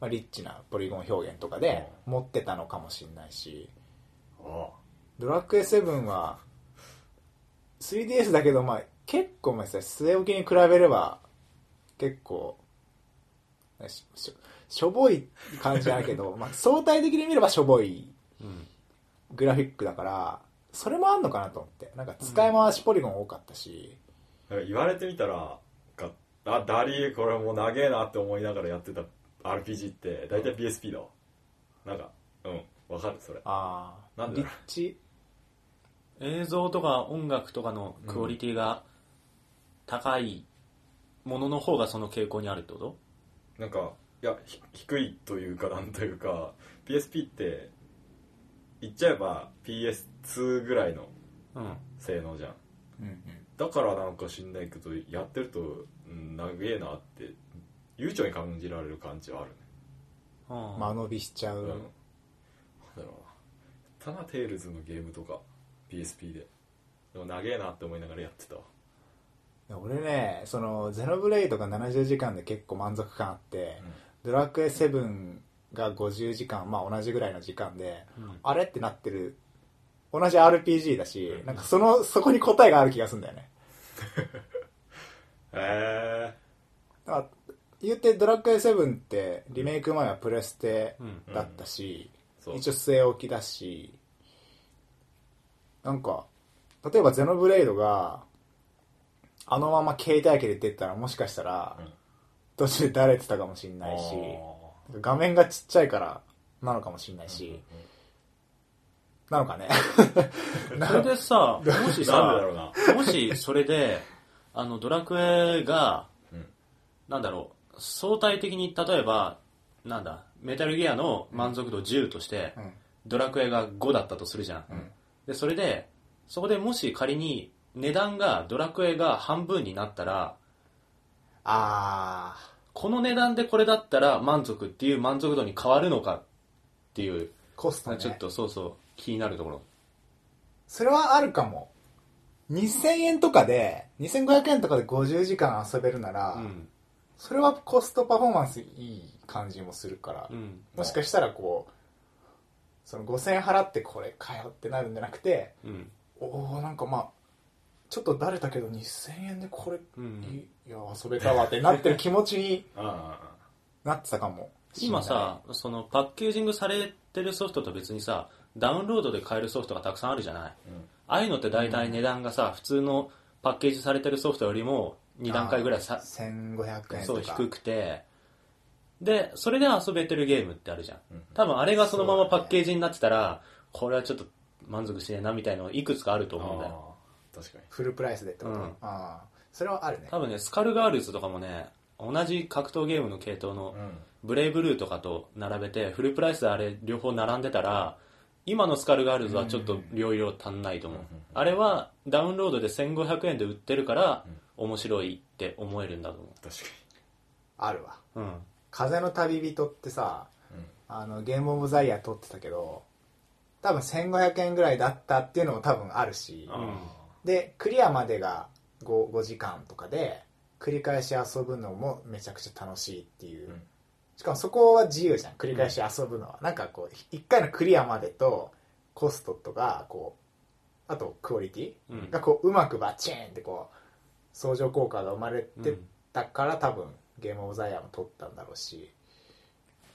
Speaker 1: まあ、リッチなポリゴン表現とかで持ってたのかもしれないし、
Speaker 3: あ
Speaker 1: ドラクエ7は 3DS だけど、まあ、結構まあさ、据え置きに比べれば結構ししょしょぼい感じだけ ど、まあ、相対的に見ればしょぼい
Speaker 2: うん
Speaker 1: グラフィックだから、それもあんのかなと思って。なんか使い回しポリゴン多かったし、
Speaker 3: なんか言われてみたらかあダリーこれもう長えなって思いながらやってた RPG って大体 PSP だわなんかうんわかるそれ
Speaker 1: ああ
Speaker 3: なん、で
Speaker 1: リ
Speaker 3: だ
Speaker 1: ッ
Speaker 3: ろう
Speaker 1: チ、
Speaker 2: 映像とか音楽とかのクオリティが高いものの方がその傾向にあるってこと
Speaker 3: なんかいやひ低いというかなんというか PSP って言っちゃえば PS2 ぐらいの
Speaker 2: うん
Speaker 3: 性能じゃん
Speaker 1: うんうん、
Speaker 3: だからなんか知んないけどやってると、うん、長えなって悠長に感じられる感じはあるね
Speaker 2: あ
Speaker 1: 間延びしちゃう。
Speaker 3: うん、なんだろうなただテイルズのゲームとか PSP ででも長えなって思いながらやってたわ
Speaker 1: 俺ねそのゼノブレイドが70時間で結構満足感あって、ドラクエ7が50時間まあ同じぐらいの時間で、
Speaker 2: うん
Speaker 1: あれってなってる同じ RPG だし、なんかそのそこに答えがある気がするんだよね
Speaker 3: へ
Speaker 1: だから言ってドラクエ7ってリメイク前はプレステ
Speaker 2: うん
Speaker 1: だったし、
Speaker 3: うんうん
Speaker 1: 一応据え置きだしなんか例えばゼノブレイドがあのまま携帯機で出てったらもしかしたら、
Speaker 3: うん
Speaker 1: 途中だれてたかもしんないし、画面がちっちゃいからなのかもしんないし、なのかね。
Speaker 2: それでさ、もし
Speaker 3: なんでだ
Speaker 2: さ、
Speaker 3: ろうな。
Speaker 2: もしそれで、あの、ドラクエが、
Speaker 3: うん
Speaker 2: なんだろう、相対的に、例えば、なんだ、メタルギアの満足度10として、
Speaker 1: うん
Speaker 2: ドラクエが5だったとするじゃん。
Speaker 1: ん
Speaker 2: で、それで、そこでもし仮に値段がドラクエが半分になったら、
Speaker 1: あ
Speaker 2: この値段でこれだったら満足っていう満足度に変わるのかっていう、
Speaker 1: ー、コストね。
Speaker 2: ちょっとそうそう気になるところ。
Speaker 1: それはあるかも。2000円とかで、2500円とかで50時間遊べるなら、
Speaker 2: うん。
Speaker 1: それはコストパフォーマンスいい感じもするから、
Speaker 2: うん。
Speaker 1: もしかしたらこう、その5000円払ってこれかよってなるんじゃなくて、
Speaker 2: うん。
Speaker 1: おおなんかまあ、ちょっとだれたけど2000円でこれ、
Speaker 2: うん
Speaker 1: いいや、遊べたわってなってる気持ちに
Speaker 3: あ
Speaker 1: なってたかもしんない
Speaker 2: 今、さ、そのパッケージングされてるソフトと別にさ、ダウンロードで買えるソフトがたくさんあるじゃない。
Speaker 3: うん
Speaker 2: ああいうのって大体値段がさ、普通のパッケージされてるソフトよりも2段階ぐらいさ、
Speaker 1: 1500円と
Speaker 2: そ
Speaker 1: か。
Speaker 2: う低くて、で、それで遊べてるゲームってあるじゃん
Speaker 3: うん。
Speaker 2: 多分あれがそのままパッケージになってたら、これはちょっと満足しねえなみたいのいくつかあると
Speaker 3: あ
Speaker 2: 思うんだよ。
Speaker 3: ー確かに。
Speaker 1: フルプライスでってこと、
Speaker 2: うん
Speaker 1: ああそれはあるね。
Speaker 2: 多分ね、スカルガールズとかもね、同じ格闘ゲームの系統の
Speaker 3: うん
Speaker 2: ブレイブルーとかと並べて、フルプライスであれ両方並んでたら、今のスカルガールズはちょっと量々足んないと思う
Speaker 3: うん。
Speaker 2: あれはダウンロードで1500円で売ってるから、面白いって思えるんだと思
Speaker 3: 確か
Speaker 1: あるわ。
Speaker 2: う。うん。
Speaker 1: 風の旅人ってさ、
Speaker 3: に。うん
Speaker 1: あの、ゲームオブザイヤー撮ってたけど、多分1500円ぐらいだったっていうのも多分あるし、
Speaker 3: あ
Speaker 1: で、クリアまでが 5, 5時間とかで、繰り返し遊ぶのもめちゃくちゃ楽しいっていう。
Speaker 3: うん
Speaker 1: しかもそこは自由じゃん、繰り返し遊ぶのは。なんかこう、1回のクリアまでと、コストとか、こう、あとクオリテ
Speaker 2: う
Speaker 1: ィ
Speaker 2: ん
Speaker 1: が。こう、うまくバチーンってこう、相乗効果が生まれ
Speaker 2: うん
Speaker 1: てたから、多分、ゲームオブザイヤーも撮ったんだろうし。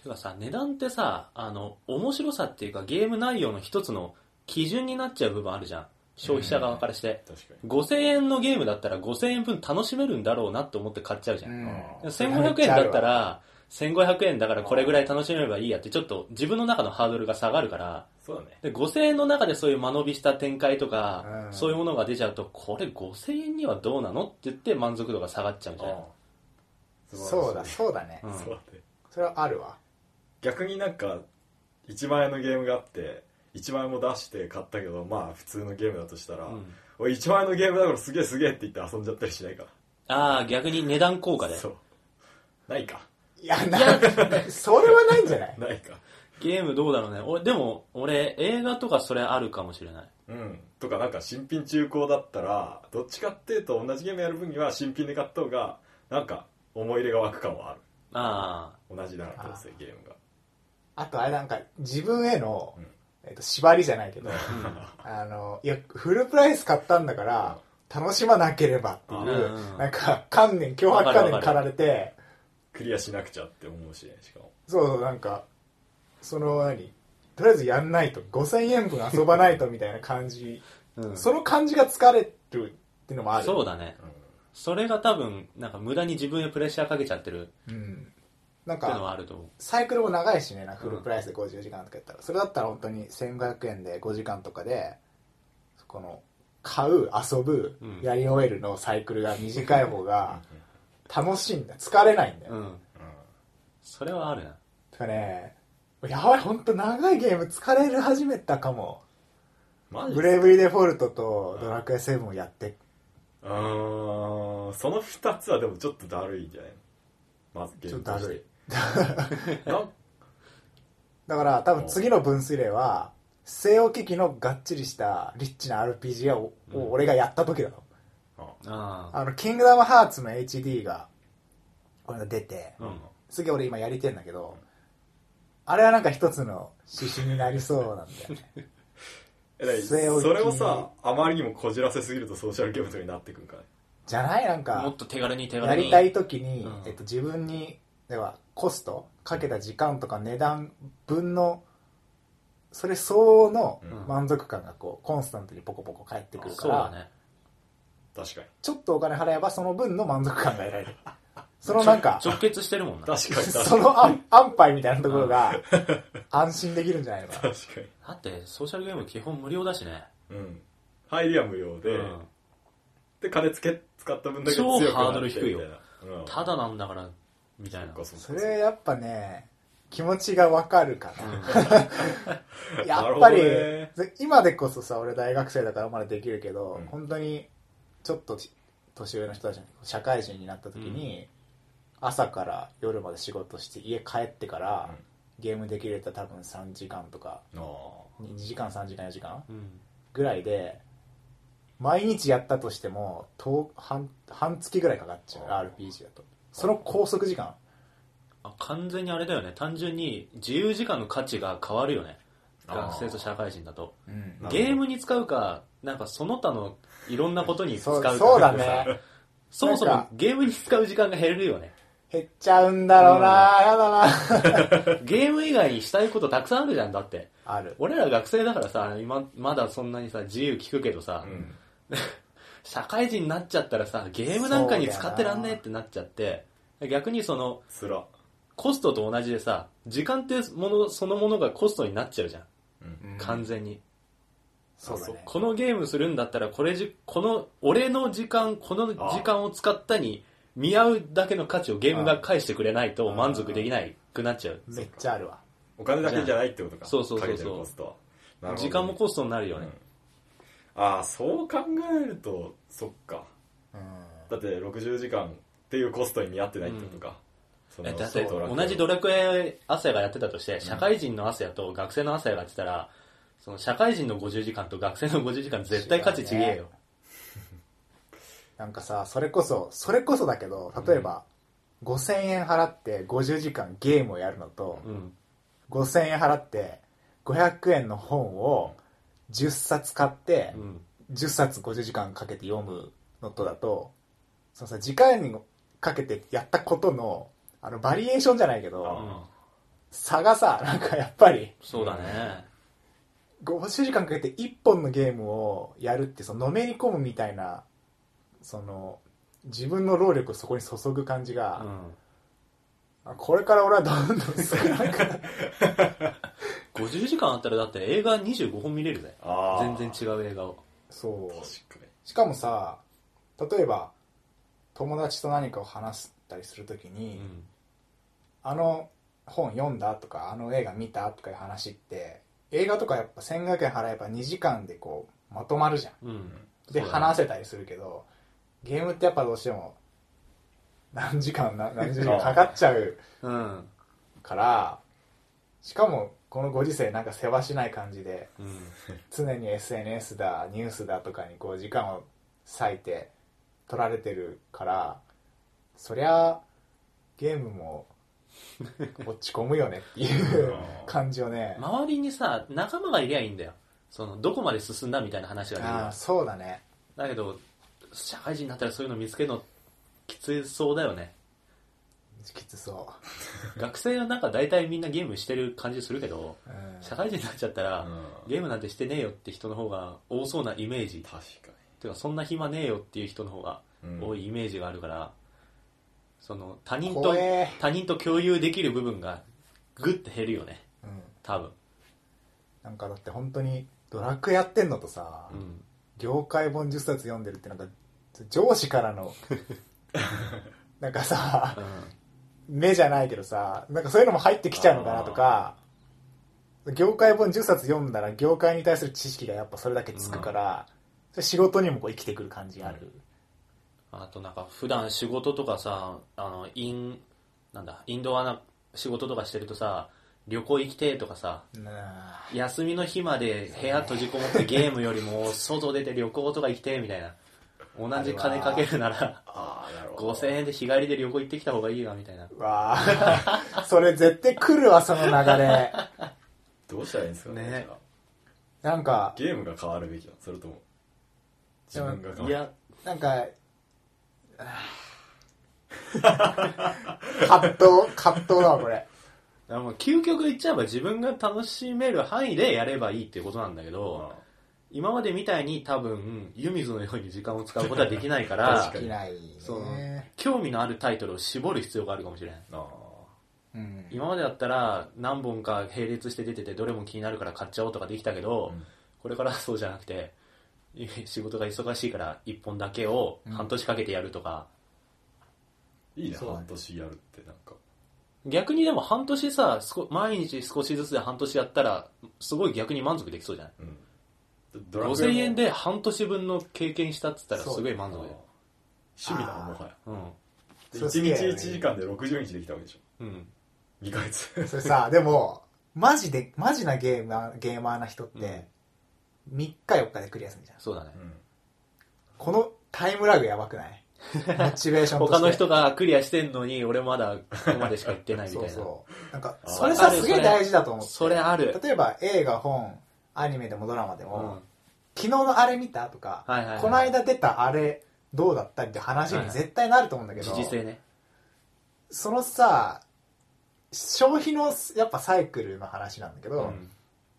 Speaker 2: てかさ、値段ってさ、あの、面白さっていうかゲーム内容の一つの基準になっちゃう部分あるじゃん。消費者側からして。
Speaker 3: ー確かに。
Speaker 2: 5000円のゲームだったら5000円分楽しめるんだろうなって思って買っちゃうじゃん。
Speaker 3: ん
Speaker 2: 1500円だったら、1500円だからこれぐらい楽しめればいいやって、ちょっと自分の中のハードルが下がるから、
Speaker 3: そうだね。
Speaker 2: で5000円の中でそういう間延びした展開とか
Speaker 1: う、ん
Speaker 2: そういうものが出ちゃうと、これ5000円にはどうなのって言って満足度が下がっちゃうんじゃない
Speaker 3: うん
Speaker 1: そうだ
Speaker 3: 素
Speaker 1: そうだね、
Speaker 2: うん
Speaker 3: 晴らしいそうだね。
Speaker 1: それはあるわ
Speaker 3: 逆になんか1万円のゲームがあって1万円も出して買ったけどまあ普通のゲームだとしたら、
Speaker 2: うん
Speaker 3: おい1万円のゲームだからすげえすげえって言って遊んじゃったりしないか
Speaker 2: ああ、逆に値段効果で。
Speaker 3: そうないか
Speaker 1: いやなそれはないんじゃない
Speaker 3: ないか
Speaker 2: ゲームどうだろうね。俺、でも、俺、映画とかそれあるかもしれない。
Speaker 3: うんとかなんか新品中古だったらどっちかっていうと同じゲームやる分には新品で買った方がなんか思い入れが湧く感はある
Speaker 2: あ
Speaker 3: 同じだなどうせゲームが
Speaker 1: あとあれなんか自分への、
Speaker 3: うん
Speaker 1: えっと縛りじゃないけどあのいやフルプライス買ったんだから、楽しまなければっていう、
Speaker 2: うん
Speaker 1: なんか観念脅迫観念に駆られて
Speaker 3: クリアしなくちゃって思うしねしかも
Speaker 1: そうそうなんかその何とりあえずやんないと5000円分遊ばないとみたいな感じ、
Speaker 2: あ、うん
Speaker 1: その感じが疲れるっていうのもある
Speaker 2: そうだね。それが多分、なんか無駄に自分へプレッシャーかけちゃってる
Speaker 1: うん、なん
Speaker 2: っていう
Speaker 1: か
Speaker 2: のはあると思う。
Speaker 1: サイクルも長いしねなんかフルプライスで50時間とかやったら、それだったら本当に1500円で5時間とかでこの買う遊ぶ、
Speaker 2: うん
Speaker 1: やり終えるのサイクルが短い方が楽しいんだ疲れないんだよ、
Speaker 2: うん。
Speaker 3: うん
Speaker 2: それはあるな。
Speaker 1: だからねやばい本当長いゲーム疲れる始めたかも
Speaker 3: マジ
Speaker 1: ブレイブリーデフォルトとドラクエ7をやって
Speaker 3: うーんその2つはでもちょっとだるいんじゃないのまずゲームとして なん
Speaker 1: だから多分次の分水嶺は西洋機器のがっちりしたリッチな RPG を,、を俺がやった時だろ
Speaker 3: あ
Speaker 2: ああ。
Speaker 1: あの、キングダムハーツの HD が、これが出て、
Speaker 2: うん
Speaker 1: すげえ俺今やりてんだけど、あれはなんか一つの指針になりそうなんだよね。
Speaker 3: えらいそ
Speaker 1: 据え置き
Speaker 3: れをさあまりにもこじらせすぎるとソーシャルゲームとかになってくんかね
Speaker 1: じゃないなん
Speaker 2: も
Speaker 1: か
Speaker 2: っ、と手軽に手軽
Speaker 1: や
Speaker 2: に。
Speaker 1: りたい時に、
Speaker 2: うん
Speaker 1: えっと、自分に、では、コスト、かけた時間とか値段分の、それ相応の
Speaker 3: うん
Speaker 1: 満足感がこう、コンスタントにポコポコ返ってくるか
Speaker 2: そうだ
Speaker 1: ら、
Speaker 2: ね。
Speaker 3: 確かに
Speaker 1: ちょっとお金払えばその分の満足感が得られる。そのなんか、
Speaker 2: 直結してるもんな。
Speaker 3: 確 かに確か
Speaker 1: そ
Speaker 3: に。
Speaker 1: の安安牌みたいなところが、安心できるんじゃないのかな。
Speaker 3: 確かに。
Speaker 2: だって、ソーシャルゲーム基本無料だしね。
Speaker 3: うん。入りは無料で、
Speaker 2: うん
Speaker 3: で、金つけ、使った分だけ強く
Speaker 2: 超ハー
Speaker 3: な
Speaker 2: ドル
Speaker 3: ってみた
Speaker 2: 低い
Speaker 3: い
Speaker 2: よ
Speaker 3: な。うん
Speaker 2: ただなんだから、みたいな。
Speaker 3: そっか
Speaker 1: そ
Speaker 3: っか
Speaker 1: れやっぱね、気持ちがわかるかな。やっ
Speaker 3: な
Speaker 1: ぱ
Speaker 3: る
Speaker 1: り
Speaker 3: ほどね、
Speaker 1: 今でこそさ、俺大学生だからまだできるけど、
Speaker 3: うん
Speaker 1: 本当に、ちょっと年上の人たちの社会人になった時に、朝から夜まで仕事して家帰ってから、
Speaker 3: うん
Speaker 1: ゲームできると多分3時間とか、
Speaker 3: あ
Speaker 1: 2時間3時間4時間
Speaker 2: うん。
Speaker 1: ぐらいで、毎日やったとしても、と半半月ぐらいかかっちゃ
Speaker 3: あ
Speaker 1: う、
Speaker 3: ー
Speaker 1: RPG だと。その拘束時間。
Speaker 2: あ完全にあれだよね。単純に自由時間の価値が変わるよね。
Speaker 3: あー
Speaker 2: 学生と社会人だと。
Speaker 3: なるほど
Speaker 2: ゲームに使うか、なんかその他のいろんなことに使
Speaker 1: そう
Speaker 2: か
Speaker 1: うそうだ
Speaker 2: ってさ
Speaker 1: ね。
Speaker 2: そもそ
Speaker 1: なん
Speaker 2: も
Speaker 1: か
Speaker 2: ゲームに使う時間が減る よね。
Speaker 1: 減っちゃうんだろうな、やだな。
Speaker 2: ゲーム以外にしたいことたくさんあるじゃん、だって。
Speaker 1: ある。
Speaker 2: 俺ら学生だからさ、今、まだそんなにさ、自由聞くけどさ、
Speaker 3: ーうん。
Speaker 2: 社会人になっちゃったらさ、ゲームなんかに使ってらんねえってなっちゃって、逆にその、
Speaker 3: つら。
Speaker 2: コストと同じでさ、時間ってもの、そのものがコストになっちゃうじゃん。
Speaker 3: うん。
Speaker 2: 完全に。
Speaker 1: そうだね。
Speaker 2: このゲームするんだったら、これじ、この、俺の時間、この時間を使ったに、見合うだけの価値をゲームが返してくれないと満足できないくなっちゃう。
Speaker 1: めっちゃあるわ。
Speaker 3: お金だけじゃないってことか。
Speaker 2: そうそうそうそう
Speaker 3: かけてるコストはなるほどね
Speaker 2: 時間もコストになるよね。
Speaker 3: ああ、そう考えると、そっか。
Speaker 1: うん
Speaker 3: だって60時間っていうコストに見合ってないってことか。その
Speaker 2: えだって
Speaker 3: ドラクエ
Speaker 2: 同じドラクエアセがやってたとして社会人のアセと学生のアセがやってたらその社会人の50時間と学生の50時間絶対価値違えよ、
Speaker 1: なんかさ、それこそ、それこそだけど、例えば、5000円払って50時間ゲームをやるのと、
Speaker 2: うん、
Speaker 1: 5000円払って500円の本を10冊買って
Speaker 2: う、ん、
Speaker 1: 10冊50時間かけて読むのとだと、そのさ、時間にかけてやったことの、あの、バリエーションじゃないけ
Speaker 2: う
Speaker 1: ど、
Speaker 2: ん、
Speaker 1: 差がさ、なんかやっぱり、
Speaker 2: そうだね
Speaker 1: 50時間かけて1本のゲームをやるってそののめり込むみたいなその自分の労力をそこに注ぐ感じ
Speaker 2: う
Speaker 1: が、
Speaker 2: ん
Speaker 1: あこれから俺はどんどん少なく なる
Speaker 2: 50時間あったらだって映画25本見れるぜ
Speaker 3: ああ
Speaker 2: 全然違う映画を
Speaker 1: そう
Speaker 3: 確か
Speaker 1: しかもさ例えば友達と何かを話したりするとき
Speaker 2: う
Speaker 1: に、
Speaker 2: ん
Speaker 1: あの本読んだとかあの映画見たとかいう話って映画とかやっぱ1500円払えば2時間でこうまとまるじゃん
Speaker 2: うん
Speaker 1: で
Speaker 2: そうだね
Speaker 1: 話せたりするけどゲームってやっぱどうしても何時間な何十時間かかっちゃう
Speaker 2: うん
Speaker 1: からしかもこのご時世なんかせわしない感じで
Speaker 2: うん
Speaker 1: 常に SNS だニュースだとかにこう時間を割いて取られてるからそりゃゲームも落ち込むよねっていう感じをね、
Speaker 2: 周りにさ仲間がいりゃいいんだよそのどこまで進んだみたいな話ができる
Speaker 1: ああそうだね
Speaker 2: だけど社会人になったらそういうの見つけるのきつそうだよね
Speaker 1: きつそ
Speaker 2: 学生はなんか大体みんなゲームしてる感じするけど、
Speaker 1: う、うん
Speaker 2: 社会人になっちゃったら、
Speaker 3: に。うん
Speaker 2: ゲームなんてしてねえよって人の方が多そうなイメージ。
Speaker 3: 確か
Speaker 2: てか、そんな暇ねえよっていう人の方が
Speaker 3: に。うん
Speaker 2: 多いイメージがあるから、その、他人と
Speaker 1: 怖、え、
Speaker 2: 他人と共有できる部分がグッて減るよね。
Speaker 1: うん
Speaker 2: 多分。
Speaker 1: なんかだって本当にドラクエやってんのとさ、
Speaker 2: うん。
Speaker 1: 業界本10冊読んでるってなんか上司から のなんかさ
Speaker 2: う
Speaker 1: 目じゃないけどさなんかそういうのも入ってきちゃうのかなとか業界本10冊読んだら業界に対する知識がやっぱそれだけつくから、それ仕事にもこう生きてくる感じがある、
Speaker 2: ん。あとなんか、普段仕事とかさ、あの、イン、なんだ、インドアな仕事とかしてるとさ、旅行行きてえとかさ、
Speaker 1: なあ
Speaker 2: 休みの日まで部屋閉じこもってゲームよりも外出て旅行とか行きてみたいな同じ金かけるなら
Speaker 3: ああ、なるほど。
Speaker 2: 5000円で日帰りで旅行行ってきた方がいいわみたいな
Speaker 1: わあ それ絶対来るわその流れ
Speaker 3: どうしたらいいんですかね。
Speaker 2: ね
Speaker 3: じゃあ
Speaker 1: なんか
Speaker 3: ゲームが変わるべきだ。それとも、自分が変
Speaker 2: い
Speaker 3: わる。
Speaker 2: や
Speaker 1: なんか、葛藤、葛藤だわ、これ。
Speaker 2: あもう究極言っちゃえば自分が楽しめる範囲でやればいいっていうことなんだけ
Speaker 3: うん
Speaker 2: ど今までみたいに多分、湯水のように時間を使うことはできない から、
Speaker 3: 確かに
Speaker 1: 嫌い、ね。
Speaker 2: そう興味のあるタイトルを絞る必要があるかもしれない。
Speaker 3: ああ
Speaker 1: うん。
Speaker 2: 今までだったら何本か並列して出ててどれも気になるから買っちゃおうとかできたけど、
Speaker 3: うん
Speaker 2: これからはそうじゃなくて 仕事が忙しいから1本だけを半年かけてやるとか、
Speaker 3: いいね
Speaker 1: そうだね
Speaker 3: 半年やるってなんか
Speaker 2: 逆にでも半年さ少毎日少しずつで半年やったらすごい逆に満足できそうじゃない
Speaker 3: うんドラクエも
Speaker 2: 5000円で半年分の経験したっつったらすごい満
Speaker 3: あ
Speaker 2: 足
Speaker 3: ー
Speaker 2: だよ
Speaker 3: 趣味だもんもはや
Speaker 2: うん
Speaker 3: で
Speaker 1: そう
Speaker 3: 1
Speaker 1: 好きだ
Speaker 3: 日
Speaker 1: よね
Speaker 3: 1時間で60日できたわけでしょ
Speaker 2: うん
Speaker 3: 2ヶ月
Speaker 1: それさ、でも、マジで、マジなゲーマー、ゲーマーな人っ
Speaker 2: うん
Speaker 1: て、3日4日でクリアするじゃん。
Speaker 2: そうだね
Speaker 1: このタイムラグやばくないモチベーションとして。
Speaker 2: 他の人がクリアしてんのに俺まだここまでしか行ってないみたい
Speaker 1: そ
Speaker 2: な
Speaker 1: う そう。なんか、
Speaker 3: あー
Speaker 1: それさ、
Speaker 2: ある
Speaker 1: すげえ大事だと思って。
Speaker 2: それある
Speaker 1: 例えば、映画、本、アニメでもドラマで
Speaker 2: うん
Speaker 1: も、昨日のあれ見たとか、
Speaker 2: はいはいはい
Speaker 1: この間出たあれ、どうだったって話に絶対なると思うんだけど、
Speaker 2: 時事性ね
Speaker 1: そのさ、消費のやっぱサイクルの話なんだけど、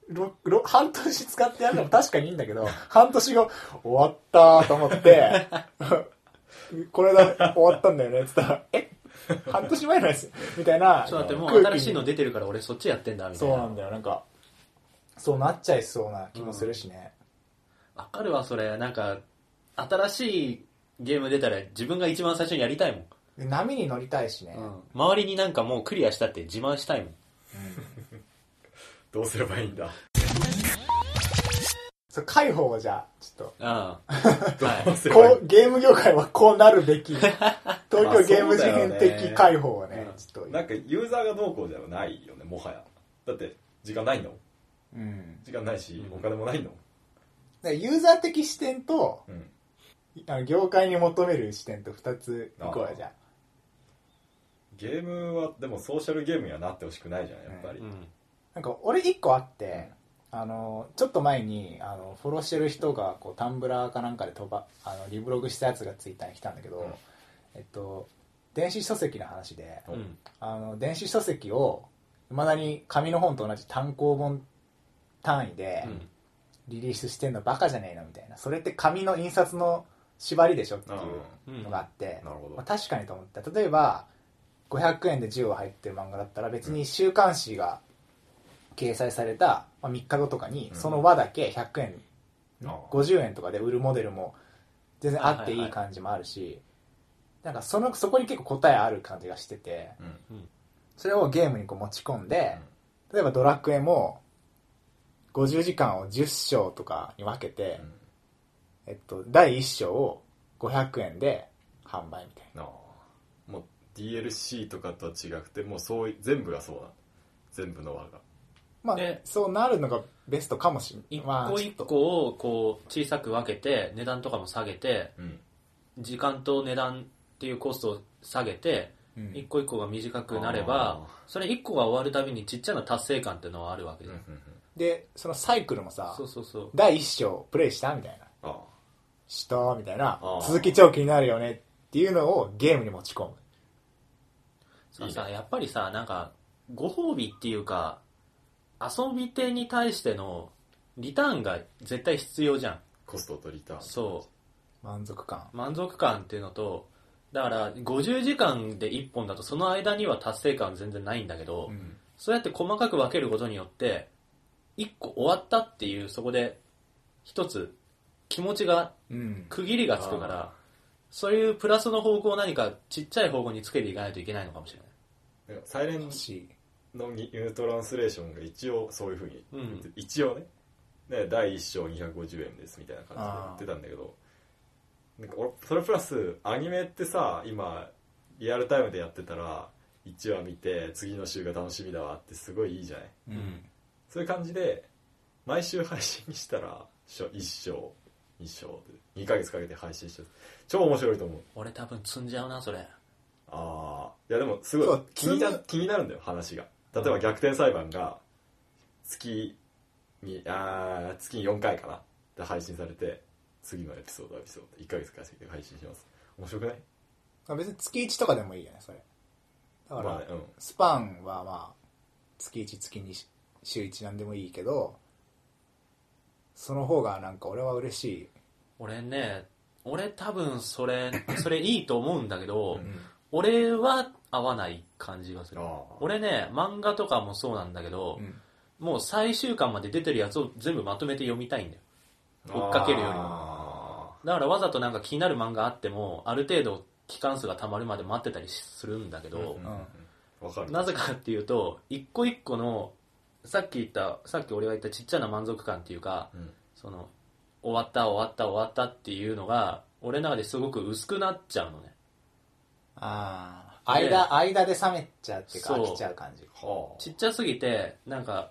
Speaker 1: ろろ半年使ってやるのも確かにいいんだけど、 半年後、終わったーと思って、 これだ、終わったんだよね、つったら、え半年前のやつみたいな。
Speaker 2: そうだっても
Speaker 1: 空
Speaker 2: う
Speaker 1: 気に
Speaker 2: 新しいの出てるから俺そっちやってんだみたい
Speaker 1: そうな
Speaker 2: なん
Speaker 1: だよ、なんか、そうなっちゃいそうな気もするしね。
Speaker 2: わかるわそれなんか新しいゲーム出たら自分が一番最初にやりたいもん、
Speaker 1: で波に乗りたいしね。
Speaker 2: 周りになんかもうクリアしたって自慢したいもん
Speaker 3: どうすればいいんだ
Speaker 1: そう、解放をじゃあ、ちょっ
Speaker 2: あ あ
Speaker 3: どう
Speaker 2: は
Speaker 1: と、
Speaker 3: すればいい
Speaker 1: こう、ゲーム業界はこうなるべき、 東京ゲーム事変
Speaker 3: まあそうだよ
Speaker 1: 的
Speaker 3: ね
Speaker 1: 解放をね
Speaker 2: うん、
Speaker 1: ちょっと。
Speaker 3: なんかユーザーがどうこうではないよねもはやだって時間ないの
Speaker 1: うん。
Speaker 3: 時間ないし
Speaker 2: うん
Speaker 3: お金もない
Speaker 1: だ
Speaker 3: の
Speaker 1: からユーザー的視点と、
Speaker 3: うん
Speaker 1: あの業界に求める視点と2ついこう
Speaker 3: あ
Speaker 1: や
Speaker 3: ー
Speaker 1: じゃあ
Speaker 3: ゲームはでもソーシャルゲームにはなってほしくないじゃんやっぱ
Speaker 2: い、
Speaker 3: り
Speaker 2: うん、
Speaker 1: なんか俺1個あって、あのちょっと前にあのフォローしてる人がこうタンブラーかなんかで飛ばあのリブログしたやつがツイッターに来たんだけど、
Speaker 3: うん
Speaker 1: えっと電子書籍の話で
Speaker 3: うん
Speaker 2: うん
Speaker 1: あの電子書籍をいまだに紙の本と同じ単行本単位で
Speaker 2: うん
Speaker 1: リリースしてんのバカじゃねえのみたいなそれって紙の印刷の縛りでしょってい
Speaker 3: あ
Speaker 2: う
Speaker 1: うんのがあって、
Speaker 3: なるほど
Speaker 1: まあ、確かにと思った例えば500円で10話入ってる漫画だったら別に週刊誌が掲載されたまあ3日後とかに
Speaker 3: うん
Speaker 1: その話だけ100円、
Speaker 3: ああ
Speaker 1: 50円とかで売るモデルも全然あって
Speaker 2: はいはい
Speaker 1: い
Speaker 2: はい
Speaker 1: い感じもあるし、なんかそのそこに結構答えある感じがしてて
Speaker 3: うん
Speaker 1: それをゲームにこう持ち込んで
Speaker 3: うん、
Speaker 1: 例えば「ドラクエ」も50時間を10章とかに分けて、
Speaker 3: うん
Speaker 1: えっと、第1章を500円で販売みたいな。
Speaker 3: なあもう DLC とかとは違くてもうそうい全部がそうだ全部の輪が
Speaker 1: まあ
Speaker 2: で、
Speaker 1: そうなるのがベストかもしれ
Speaker 2: 一
Speaker 1: ない。まあ、
Speaker 2: 個一個をこう小さく分けて値段とかも下げて
Speaker 3: うん
Speaker 2: 時間と値段っていうコストを下げて
Speaker 1: うん
Speaker 2: 一個一個が短くなれば
Speaker 3: あー
Speaker 2: それ一個が終わるたびにちっちゃな達成感っていうのはあるわけ
Speaker 3: う
Speaker 2: じ
Speaker 3: ん
Speaker 2: ゃ、
Speaker 3: うんんうん
Speaker 1: で、そのサイクルもさ
Speaker 2: そう、そうそう
Speaker 1: 第一章プレイしたみたいな。
Speaker 3: あ
Speaker 1: したみたいな
Speaker 3: あ。ー
Speaker 1: 続き超気になるよねっていうのをゲームに持ち込む。
Speaker 2: ささやっぱりさなんかご褒美っていうか遊び手に対してのリターンが絶対必要じゃん
Speaker 3: コストとリターン
Speaker 2: そ
Speaker 1: 満足感。
Speaker 2: う満足感っていうのとだから50時間で1本だとその間には達成感全然ないんだけど、
Speaker 1: うん
Speaker 2: そうやって細かく分けることによって1個終わったっていうそこで一つ気持ちが
Speaker 1: うん。
Speaker 2: 区切りがつくか
Speaker 3: あ
Speaker 2: らそういうプラスの方向を何かちっちゃい方向につけていかないといけないのかもしれない
Speaker 3: なんかサイレン
Speaker 1: 欲しい。
Speaker 3: のニュートランスレーションが一応そういうふうに、
Speaker 2: うん
Speaker 3: 一応ねね第1章250円ですみたいな感じで言ってたんだけどなんか俺それプラスアニメってさ今リアルタイムでやってたら1話見て次の週が楽しみだわってすごいいいじゃない
Speaker 1: うん。
Speaker 3: そういう感じで毎週配信したら1章2章で2ヶ月かけて配信して超面白いと思う
Speaker 2: 俺多分積んじゃうなそれ
Speaker 3: ああいやでもす
Speaker 1: そ
Speaker 3: ごいう気にな
Speaker 1: つん
Speaker 3: 気になるんだよ話が例えば逆転裁判が月にあー月に4回かなで配信されて次のエピソードエピソード1ヶ月かけて配信します面白くない
Speaker 1: まあ別に月1とかでもいいよね、それ。だか
Speaker 3: まあね
Speaker 1: ら、
Speaker 3: うん
Speaker 1: スパンはまあ、月1、月2、週1なんでもいいけど、その方がなんか俺は嬉しい
Speaker 2: 俺ね俺多分それ それいいと思うんだけど、
Speaker 3: うん
Speaker 2: 俺は合わない感じがする
Speaker 3: ああ
Speaker 2: 俺ね漫画とかもそうなんだけど、
Speaker 1: ん
Speaker 2: もう最終巻まで出てるやつを全部まとめて読みたいんだよ追っかけるよりも
Speaker 3: も
Speaker 2: だからわざとなんか気になる漫画あってもある程度期間数がたまるまで待ってたりするんだけど、
Speaker 3: わかる
Speaker 2: なぜかっていうと一個一個のさっき言ったさっき俺が言ったちっちゃな満足感っていうか
Speaker 3: うん
Speaker 2: その終わった終わった終わったっていうのが俺の中ですごく薄くなっちゃうのね
Speaker 1: ああ
Speaker 2: ね
Speaker 1: 間間で冷めちゃうっていうか
Speaker 2: そう
Speaker 1: 飽きちゃう感じ
Speaker 3: は
Speaker 2: ちっちゃすぎてなんか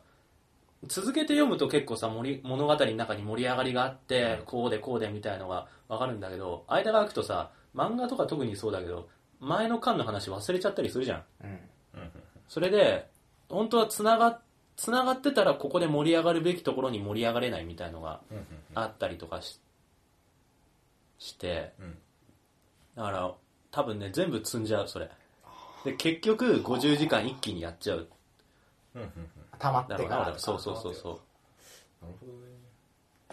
Speaker 2: 続けて読むと結構さ盛り物語の中に盛り上がりがあってこうでこうでみたいのが分かるんだけど間が空くとさ漫画とか特にそうだけど前の巻の話忘れちゃったりするじゃん
Speaker 1: うん
Speaker 3: あうん
Speaker 2: それで本当はつながつながってたらここで盛り上がるべきところに盛り上がれないみたいのが
Speaker 3: うん
Speaker 2: あったりとかしして
Speaker 3: うん
Speaker 2: だから多分ね全部積んじゃうそれで結局50時間一気にやっちゃう
Speaker 3: うんうんうんうん
Speaker 1: 溜まって
Speaker 2: だ
Speaker 1: か
Speaker 2: ろうな
Speaker 1: ら
Speaker 2: 俺はそうそうそうそう
Speaker 3: なるほどね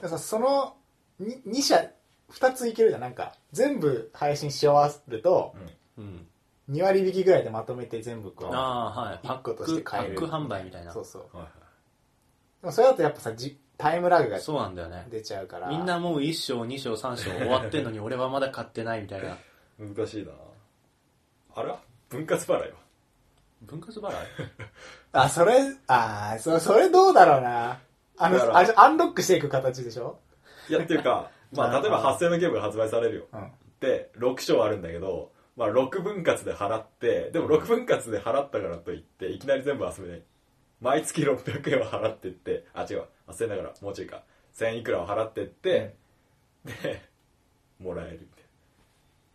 Speaker 1: でさそのに2社2ついけるじゃんなんか全部配信し終わると
Speaker 3: うん
Speaker 2: うん、
Speaker 1: 2割引きぐらいでまとめて全部こう
Speaker 2: ああはいパ
Speaker 1: 1個
Speaker 2: ッ
Speaker 1: として
Speaker 2: クパ
Speaker 1: 買え
Speaker 2: ッ
Speaker 1: る
Speaker 2: ク販売みたいな
Speaker 1: そ
Speaker 2: そう
Speaker 1: うそう
Speaker 3: はいはい
Speaker 1: でもそれだとやっぱさじタイムラグが
Speaker 2: なんだよね
Speaker 1: 出ちゃうから
Speaker 2: みんなもう1章2章3章終わってんのに俺はまだ買ってないみたいな
Speaker 3: 難しいなあら分割払いは
Speaker 2: 分割払い
Speaker 1: あそれあーそそれどうだろうなあ
Speaker 3: だか
Speaker 1: の
Speaker 3: ら
Speaker 1: あれアンロックしていく形でしょ
Speaker 3: いやっていうかまあ例えば8000のゲームが発売されるよ
Speaker 1: うん
Speaker 3: で6章あるんだけどまあ6分割で払ってでも6分割で払ったからといっていきなり全部遊べない毎月600円は払ってってあ違う8000だからもうちょいか1000いくらを払ってって、でもらえる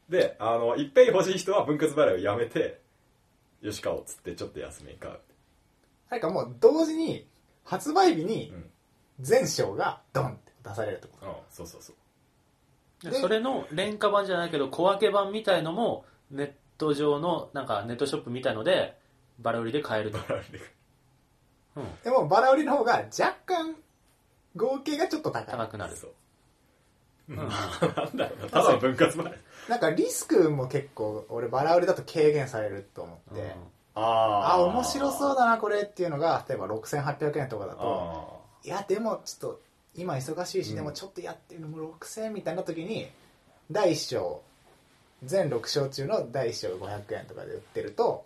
Speaker 3: みたいなであのいっぺん欲しい人は分割払いをやめてよし買おうっつってちょっと休みに買う
Speaker 1: なんかもう同時に発売日に
Speaker 3: うん
Speaker 1: 全章がドンって出されるってこ
Speaker 3: うんそうそう そう
Speaker 2: で
Speaker 1: で
Speaker 2: それの廉価版じゃないけど小分け版みたいのもネット上のなんかネットショップみたいのでバラ売りで買えると、
Speaker 3: 払いで
Speaker 2: うん、
Speaker 1: とでもバラ売りの方が若干合計がちょっと高い
Speaker 2: 高くなる
Speaker 3: そう
Speaker 2: うん
Speaker 3: なんだろうなただの分割払い
Speaker 1: なんかリスクも結構俺バラ売りだと軽減されると思って、
Speaker 3: あ
Speaker 1: あ
Speaker 3: あ
Speaker 1: 面白そうだなこれっていうのが例えば6800円とかだと
Speaker 3: あ
Speaker 1: いやでもちょっと今忙しいし、
Speaker 3: うん
Speaker 1: でもちょっとやってるのも6000円みたいな時に第1章全6章中の第1章が500円とかで売ってると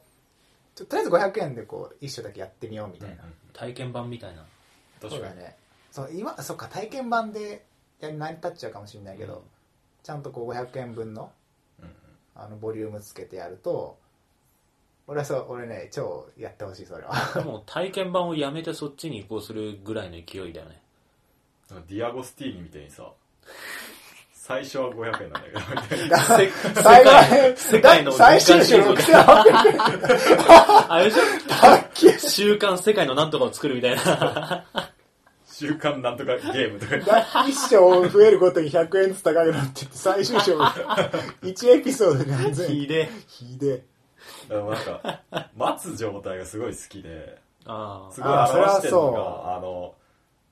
Speaker 1: ちょとりあえず500円でこう1章だけやってみようみ
Speaker 3: ー
Speaker 1: たいな、
Speaker 2: 体験版みたいな
Speaker 1: そう
Speaker 3: 確か
Speaker 1: だ
Speaker 3: に
Speaker 1: ねそう今そっか体験版でや成り立っちゃうかもしれないけど、
Speaker 2: うん
Speaker 1: ちゃんとこう500円分の
Speaker 3: うん
Speaker 1: あのボリュームつけてやると俺はそう俺ね超やってほしいそれは
Speaker 2: もう体験版をやめてそっちに移行するぐらいの勢いだよ ね
Speaker 3: なんかディアゴスティーニみたいにさ最初は500円なんだけど みたいな
Speaker 1: 最後
Speaker 2: 世界の
Speaker 1: 最終週
Speaker 2: 文化人
Speaker 1: 6800円
Speaker 2: あれでし
Speaker 1: だっけ
Speaker 2: ょ週刊世界のなんとかを作るみた いな
Speaker 3: 週刊なんとかゲームとか
Speaker 1: だ 一章増えるごとに100円ずつ高くなってって最終章1エピソードで何千
Speaker 2: ひ
Speaker 1: 円
Speaker 2: で
Speaker 1: ひで
Speaker 3: でもなんか待つ状態がすごい好きで
Speaker 2: あ
Speaker 3: すごい表してるの
Speaker 1: あ
Speaker 3: があの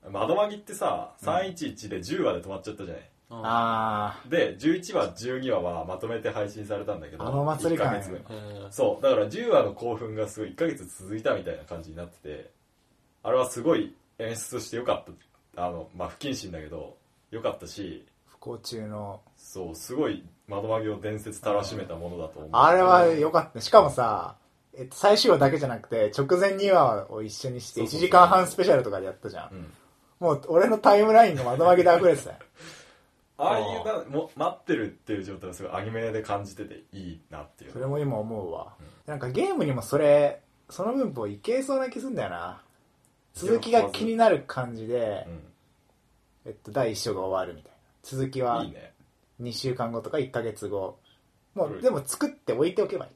Speaker 3: 窓マギってさ311で10話で止まっちゃったじゃない、
Speaker 2: あ
Speaker 1: あ
Speaker 3: で11話12話はまとめて配信されたんだけど
Speaker 1: あの祭り感
Speaker 3: 1ヶ月分
Speaker 2: へー
Speaker 3: そうだから10話の興奮がすごい1ヶ月続いたみたいな感じになっててあれはすごい演出として良かったあのまあ不謹慎だけど良かったし
Speaker 1: 不幸中の
Speaker 3: そうすごい窓マギを伝説たらしめたものだと思う
Speaker 1: あれは良かったしかもさえっと最終話だけじゃなくて直前2話を一緒にして
Speaker 3: そ
Speaker 1: 1
Speaker 3: うそうそう
Speaker 1: 時間半スペシャルとかでやったじゃん
Speaker 3: うん
Speaker 1: もう俺のタイムラインが窓紛れで溢れてたよ
Speaker 3: ああいうなも待ってるっていう状態をすごいアニメで感じてていいなっていう
Speaker 1: それも今思うわなんかゲームにもそれその分布いけそうな気すんだよな続きが気になる感じでえ
Speaker 3: う、
Speaker 1: っと、第1章が終わるみたいな続き
Speaker 3: ん、
Speaker 1: はい
Speaker 3: いね
Speaker 1: 2週間後とか1ヶ月後も
Speaker 3: う
Speaker 1: うんでも作って置いておけばいい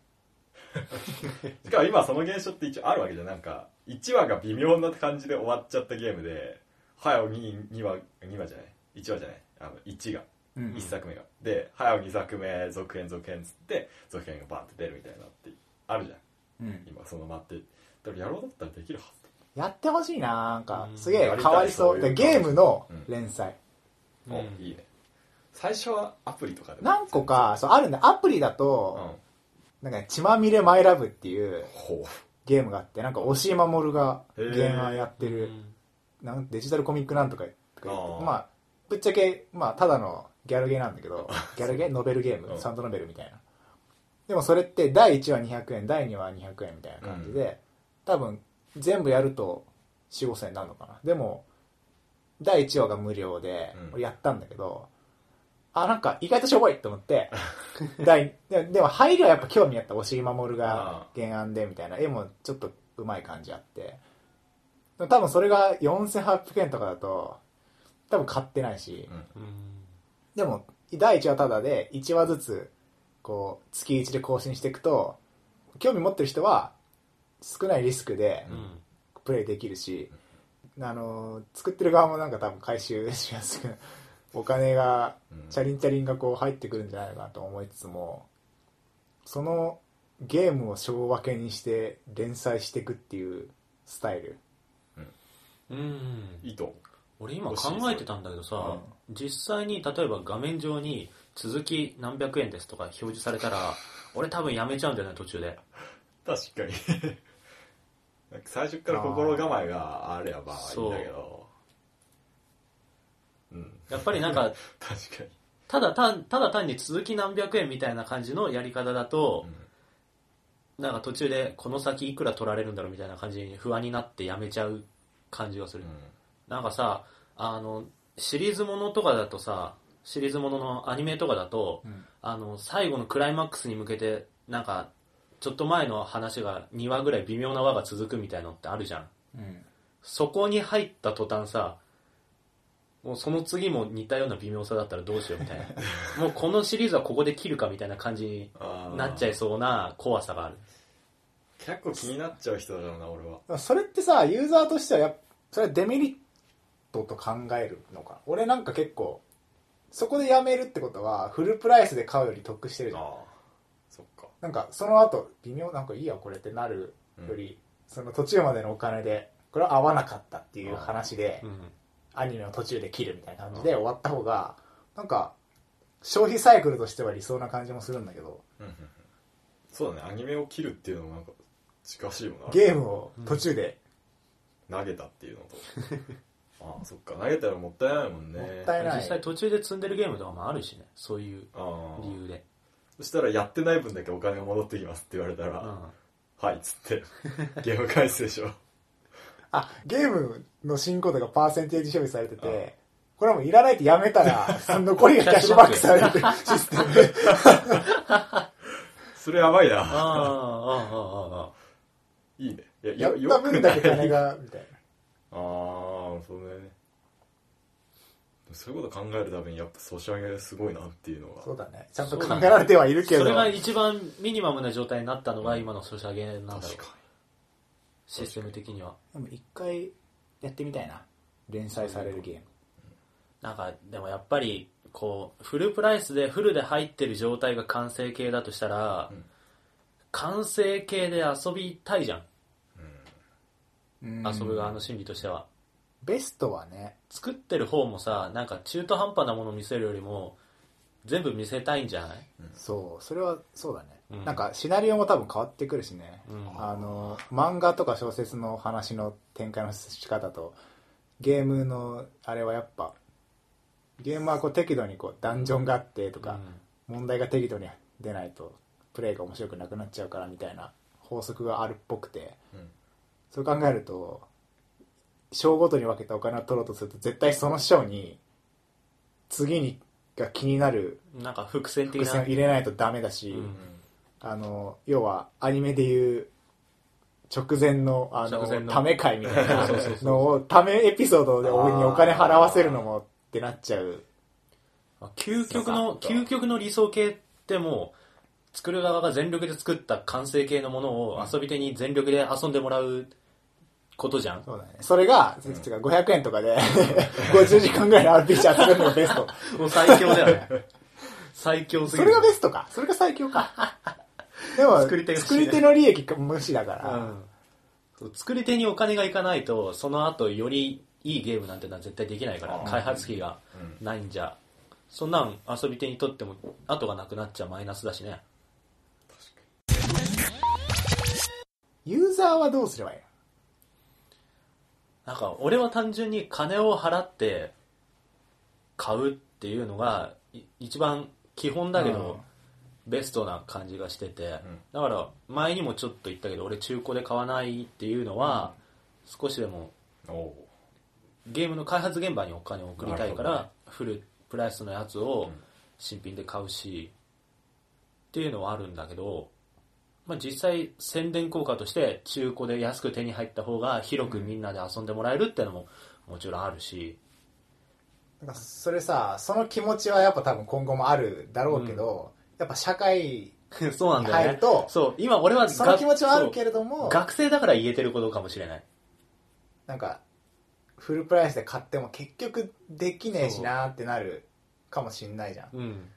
Speaker 3: しかも今その現象って一応あるわけじゃんなんか1話が微妙な感じで終わっちゃったゲームで早う 2, 2話2話じゃない1話じゃないあの1が
Speaker 1: うん
Speaker 3: 1作目が、で早う2作目続編続編っつって続編がバンって出るみたいなってあるじゃん
Speaker 1: うん
Speaker 3: 今その待ってだからやろうだったらできるはず
Speaker 1: やってほしいななんか
Speaker 2: うん
Speaker 1: すげ
Speaker 3: や
Speaker 1: え
Speaker 3: りた
Speaker 1: か
Speaker 3: い
Speaker 1: わいそう
Speaker 3: そうい
Speaker 1: で
Speaker 3: う
Speaker 1: ゲームの
Speaker 3: うん
Speaker 1: 連載、
Speaker 2: うん
Speaker 3: おいいね最初はアプリとかでも
Speaker 1: 何個かそうあるんだアプリだ
Speaker 3: うん
Speaker 1: と、なんかね「血まみれマイラブ」っていう
Speaker 3: ほ
Speaker 1: ゲームがあってなんか押井守が
Speaker 3: へー
Speaker 1: 原案やってる、なんデジタルコミックなんとかとか言って
Speaker 3: あー
Speaker 1: まあぶっちゃけ、まあ、ただのギャルゲーなんだけ どギャルゲーノベルゲーム、
Speaker 3: うん
Speaker 1: サンドノベルみたいなでもそれって第1話200円第2話200円みたいな感じで、多分全部やると4 5千円になるのかなでも第1話が無料で
Speaker 3: うん
Speaker 1: 俺やったんだけど、あなんか意外としょぼいと思って第ででも入りはやっぱ興味あった押井守が原案でみたいな絵もちょっとうまい感じあってでも多分それが4800円とかだと多分買ってないし、
Speaker 3: う、うん
Speaker 2: うん
Speaker 1: でも第1話ただで1話ずつこう月1で更新していくと興味持ってる人は少ないリスクで
Speaker 2: うん
Speaker 1: プレイできるし、あの作ってる側もなんか多分回収しやすくお金が
Speaker 3: うん
Speaker 1: チャリンチャリンがこう入ってくるんじゃないかなと思いつつもそのゲームを小分けにして連載していくっていうスタイル
Speaker 2: うん
Speaker 3: いいと思
Speaker 2: 俺今
Speaker 3: 欲しい
Speaker 2: 考えてたんだけどさ、実際に例えば画面上に続き何百円ですとか表示されたら、俺多分やめちゃうんだよね、途中で。
Speaker 3: う確かに なんか最初から心構えがあればいいんだけどうん
Speaker 2: やっぱりなんか、
Speaker 3: 確かに
Speaker 2: ただ単、ただ単に続き何百円みたいな感じのやり方だと、なんか途中でこの先いくら取られるんだろうみたいな感じに不安になってやめちゃう感じがす
Speaker 3: う
Speaker 2: る。
Speaker 3: ん
Speaker 2: なんかさ、あの、シリーズものとかだとさ、シリーズもののアニメとかだと、
Speaker 1: ん
Speaker 2: あの、最後のクライマックスに向けて、なんか、ちょっと前の話が2話ぐらい微妙な話が続くみたいのってあるじゃん。
Speaker 1: うん
Speaker 2: そこに入った途端さ、もうその次も似たような微妙さだったらどうしようみたいな。 もうこのシリーズはここで切るかみたいな感じに
Speaker 3: あー
Speaker 2: なっちゃいそうな怖さがある。
Speaker 3: 結構気になっちゃう人だからな俺は
Speaker 1: それってさユーザーとしてはやっそれはデメリットと考えるのか俺なんか結構そこでやめるってことはフルプライスで買うより得してるじゃん
Speaker 3: ああそっか
Speaker 1: なんかその後微妙なんかいいやこれってなるより、その途中までのお金でこれは合わなかったっていう話で、
Speaker 2: うん。
Speaker 1: アニメを途中で切るみたいな感じで終わった方がなんか消費サイクルとしては理想な感じもするんだけど
Speaker 3: うんうんうんそうだねアニメを切るっていうのもなんか近しいもんな
Speaker 1: ゲームを途中で
Speaker 3: 投げたっ ていうのとああそっか投げたらもったいないもんね
Speaker 1: もったいない、
Speaker 2: 実際途中で積んでるゲームとかもあるしね、そういう
Speaker 3: ああ
Speaker 2: 理由で。
Speaker 3: そしたらやってない分だけお金が戻ってきますって言われた
Speaker 2: う
Speaker 3: ら、
Speaker 2: ん。
Speaker 3: はいっつってゲーム返すでしょ
Speaker 1: あゲームの進行度がパーセンテージ表示されててこれはもういらないってやめたらその残りがキャッシュバックされるシステムで
Speaker 3: それやばい
Speaker 2: ああ、
Speaker 3: な
Speaker 2: ああ、ああ、ああ。
Speaker 3: いいねいや
Speaker 1: やっ
Speaker 3: よ
Speaker 1: た分だけ
Speaker 3: よくな
Speaker 1: 金
Speaker 3: い
Speaker 1: がみたいな
Speaker 3: ああそうだねそういうこと考えるためにやっぱソシャゲすごいなっていうの
Speaker 1: そ
Speaker 3: が
Speaker 1: うだねちゃんと考えられてはいるけ
Speaker 2: そ
Speaker 1: ど
Speaker 2: れが一番ミニマムな状態になったのが今のソシャゲなんだろう
Speaker 3: 確か
Speaker 2: システム的には
Speaker 1: でも一回やってみたいな連載されるゲーム
Speaker 2: なんかでもやっぱりこうフルプライスでフルで入ってる状態が完成形だとしたら、
Speaker 3: うん
Speaker 2: 完成形で遊びたいじゃん
Speaker 1: うん
Speaker 2: 遊ぶ側の心理としては、
Speaker 1: ベストはね
Speaker 2: 作ってる方もさなんか中途半端なもの見せるよりも全部見せたいんじゃない、
Speaker 1: そうそれはそうだね、
Speaker 2: うん
Speaker 1: なんかシナリオも多分変わってくるしね、
Speaker 2: うん
Speaker 1: あの漫画とか小説の話の展開の仕方とゲームのあれはやっぱゲームはこう適度にこうダンジョンがあってとか、問題が適度に出ないとプレイが面白くなくなっちゃうからみたいな法則があるっぽくて
Speaker 3: に、うん
Speaker 1: そう考えると章ごとに分けたお金を取ろうとすると絶対その章に次にが気になる
Speaker 2: うんなんか伏線的
Speaker 1: 伏線を
Speaker 2: な
Speaker 1: 入れないとダメだし、
Speaker 2: うん
Speaker 1: あの要はアニメでいう直前のあの
Speaker 2: 直前の
Speaker 1: ため会みたいな
Speaker 2: そうそうそう
Speaker 1: のをためエピソードで俺にお金払わせるのもってなっちゃう
Speaker 2: 究極の究極の理想形ってもう作る側が全力で作った完成形のものを遊び手に全力で遊んでもらうことじゃ ん
Speaker 1: そうだ、ね、それが、つうか500円とかで 50時間ぐらいの RPG 遊べるのがベスト
Speaker 2: もう最強だよね最強すぎ
Speaker 1: そ
Speaker 2: る
Speaker 1: れがベストかそれが最強かでも
Speaker 2: 作り手が欲しいね
Speaker 1: の利益無視だから、
Speaker 2: うん作り手にお金がいかないとその後よりいいゲームなんてのは絶対できないから
Speaker 3: あー
Speaker 2: 開発費が
Speaker 3: うん
Speaker 2: ないんじゃそんなん遊び手にとっても後がなくなっちゃマイナスだしね
Speaker 1: ユーザーはどうすればいい
Speaker 2: なんか俺は単純に金を払って買うっていうのがい一番基本だけどベストな感じがしてて、だから前にもちょっと言ったけど俺中古で買わないっていうのは少しでも
Speaker 3: おお
Speaker 2: ゲームの開発現場にお金を送りたいか
Speaker 3: なるほどね
Speaker 2: らフルプライスのやつ
Speaker 3: う
Speaker 2: を
Speaker 3: ん
Speaker 2: 新品で買うしっていうのはあるんだけど、まあ、実際宣伝効果として中古で安く手に入った方が広くみんなで遊んでもらえるってのももちろんあるし
Speaker 1: なんかそれさその気持ちはやっぱ多分今後もあるだろうけど、やっぱ社会
Speaker 2: そうなんだよ
Speaker 1: 入
Speaker 2: ね
Speaker 1: ると
Speaker 2: そう今俺はが
Speaker 1: その気持ちはあるけれど
Speaker 2: そう
Speaker 1: も
Speaker 2: 学生だから言えてることかもしれない
Speaker 1: なんかフルプライスで買っても結局できねえしなーってなるかもしんないじゃん
Speaker 2: うん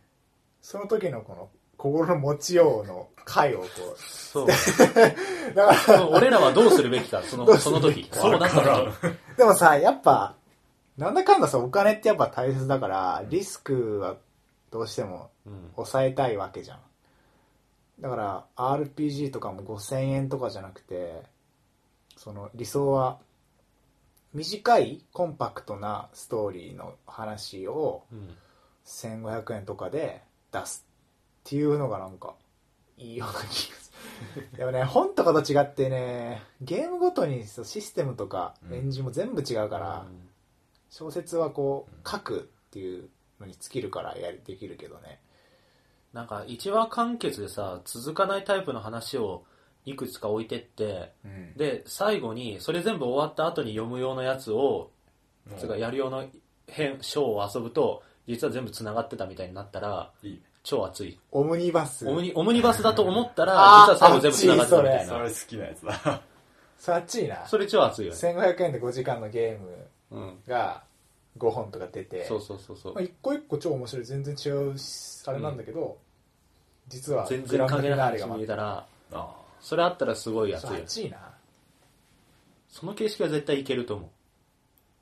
Speaker 1: その時のこの心の持ちようの回をこ
Speaker 2: そう
Speaker 1: うだから
Speaker 2: 俺らはどうするべきか、そ
Speaker 1: ど
Speaker 2: の
Speaker 1: うす
Speaker 2: そ
Speaker 1: る
Speaker 2: の
Speaker 1: べき
Speaker 2: 時。そうなった
Speaker 3: わ
Speaker 2: ら。
Speaker 1: でもさ、やっぱ、なんだかんださ、お金ってやっぱ大切だから、リスクはどうしても
Speaker 2: うん
Speaker 1: 抑えたいわけじゃん。だから、RPG とかも5000円とかじゃなくて、その理想は、短いコンパクトなストーリーの話を
Speaker 2: うん
Speaker 1: 1500円とかで出すっていうのがなんか、いいような気がする。でもね、本とかと違ってね、ゲームごとにそうシステムとか
Speaker 3: うん
Speaker 1: 演じも全部違うから、
Speaker 2: うん
Speaker 1: 小説はこ
Speaker 3: うん
Speaker 1: う書くっていうのに尽きるからやりできるけどね
Speaker 2: なんか、一話完結でさ、続かないタイプの話をいくつか置いてって、
Speaker 1: うん
Speaker 2: で、最後に、それ全部終わった後に読む用のやつを、つうかやる用の編、章を遊ぶと、実は全部繋がってたみたいになったら、
Speaker 3: いい
Speaker 2: 超熱い。
Speaker 1: オムニバス
Speaker 2: オムニオムニバスだと思ったら、実
Speaker 1: あー
Speaker 2: は最後全部繋がってたみたい
Speaker 3: そ
Speaker 2: な
Speaker 3: れ。好きなやつだ
Speaker 1: それあっちいな
Speaker 2: それ超熱いよね。
Speaker 1: 1500円で5時間のゲーム
Speaker 2: うん。
Speaker 1: が5本とか出て
Speaker 2: そうそうそうそう
Speaker 1: まあ、。一個一個超面白い全然違うしあれなんだけど、実は
Speaker 2: 全然関係ない話
Speaker 1: グランド
Speaker 2: に入れ
Speaker 1: フィナーレが
Speaker 2: たら、
Speaker 3: あ
Speaker 2: それあったらすごい
Speaker 1: 待って
Speaker 2: 熱い
Speaker 1: それあっ。
Speaker 2: よ
Speaker 1: ちいな
Speaker 2: その形式は絶対いけると思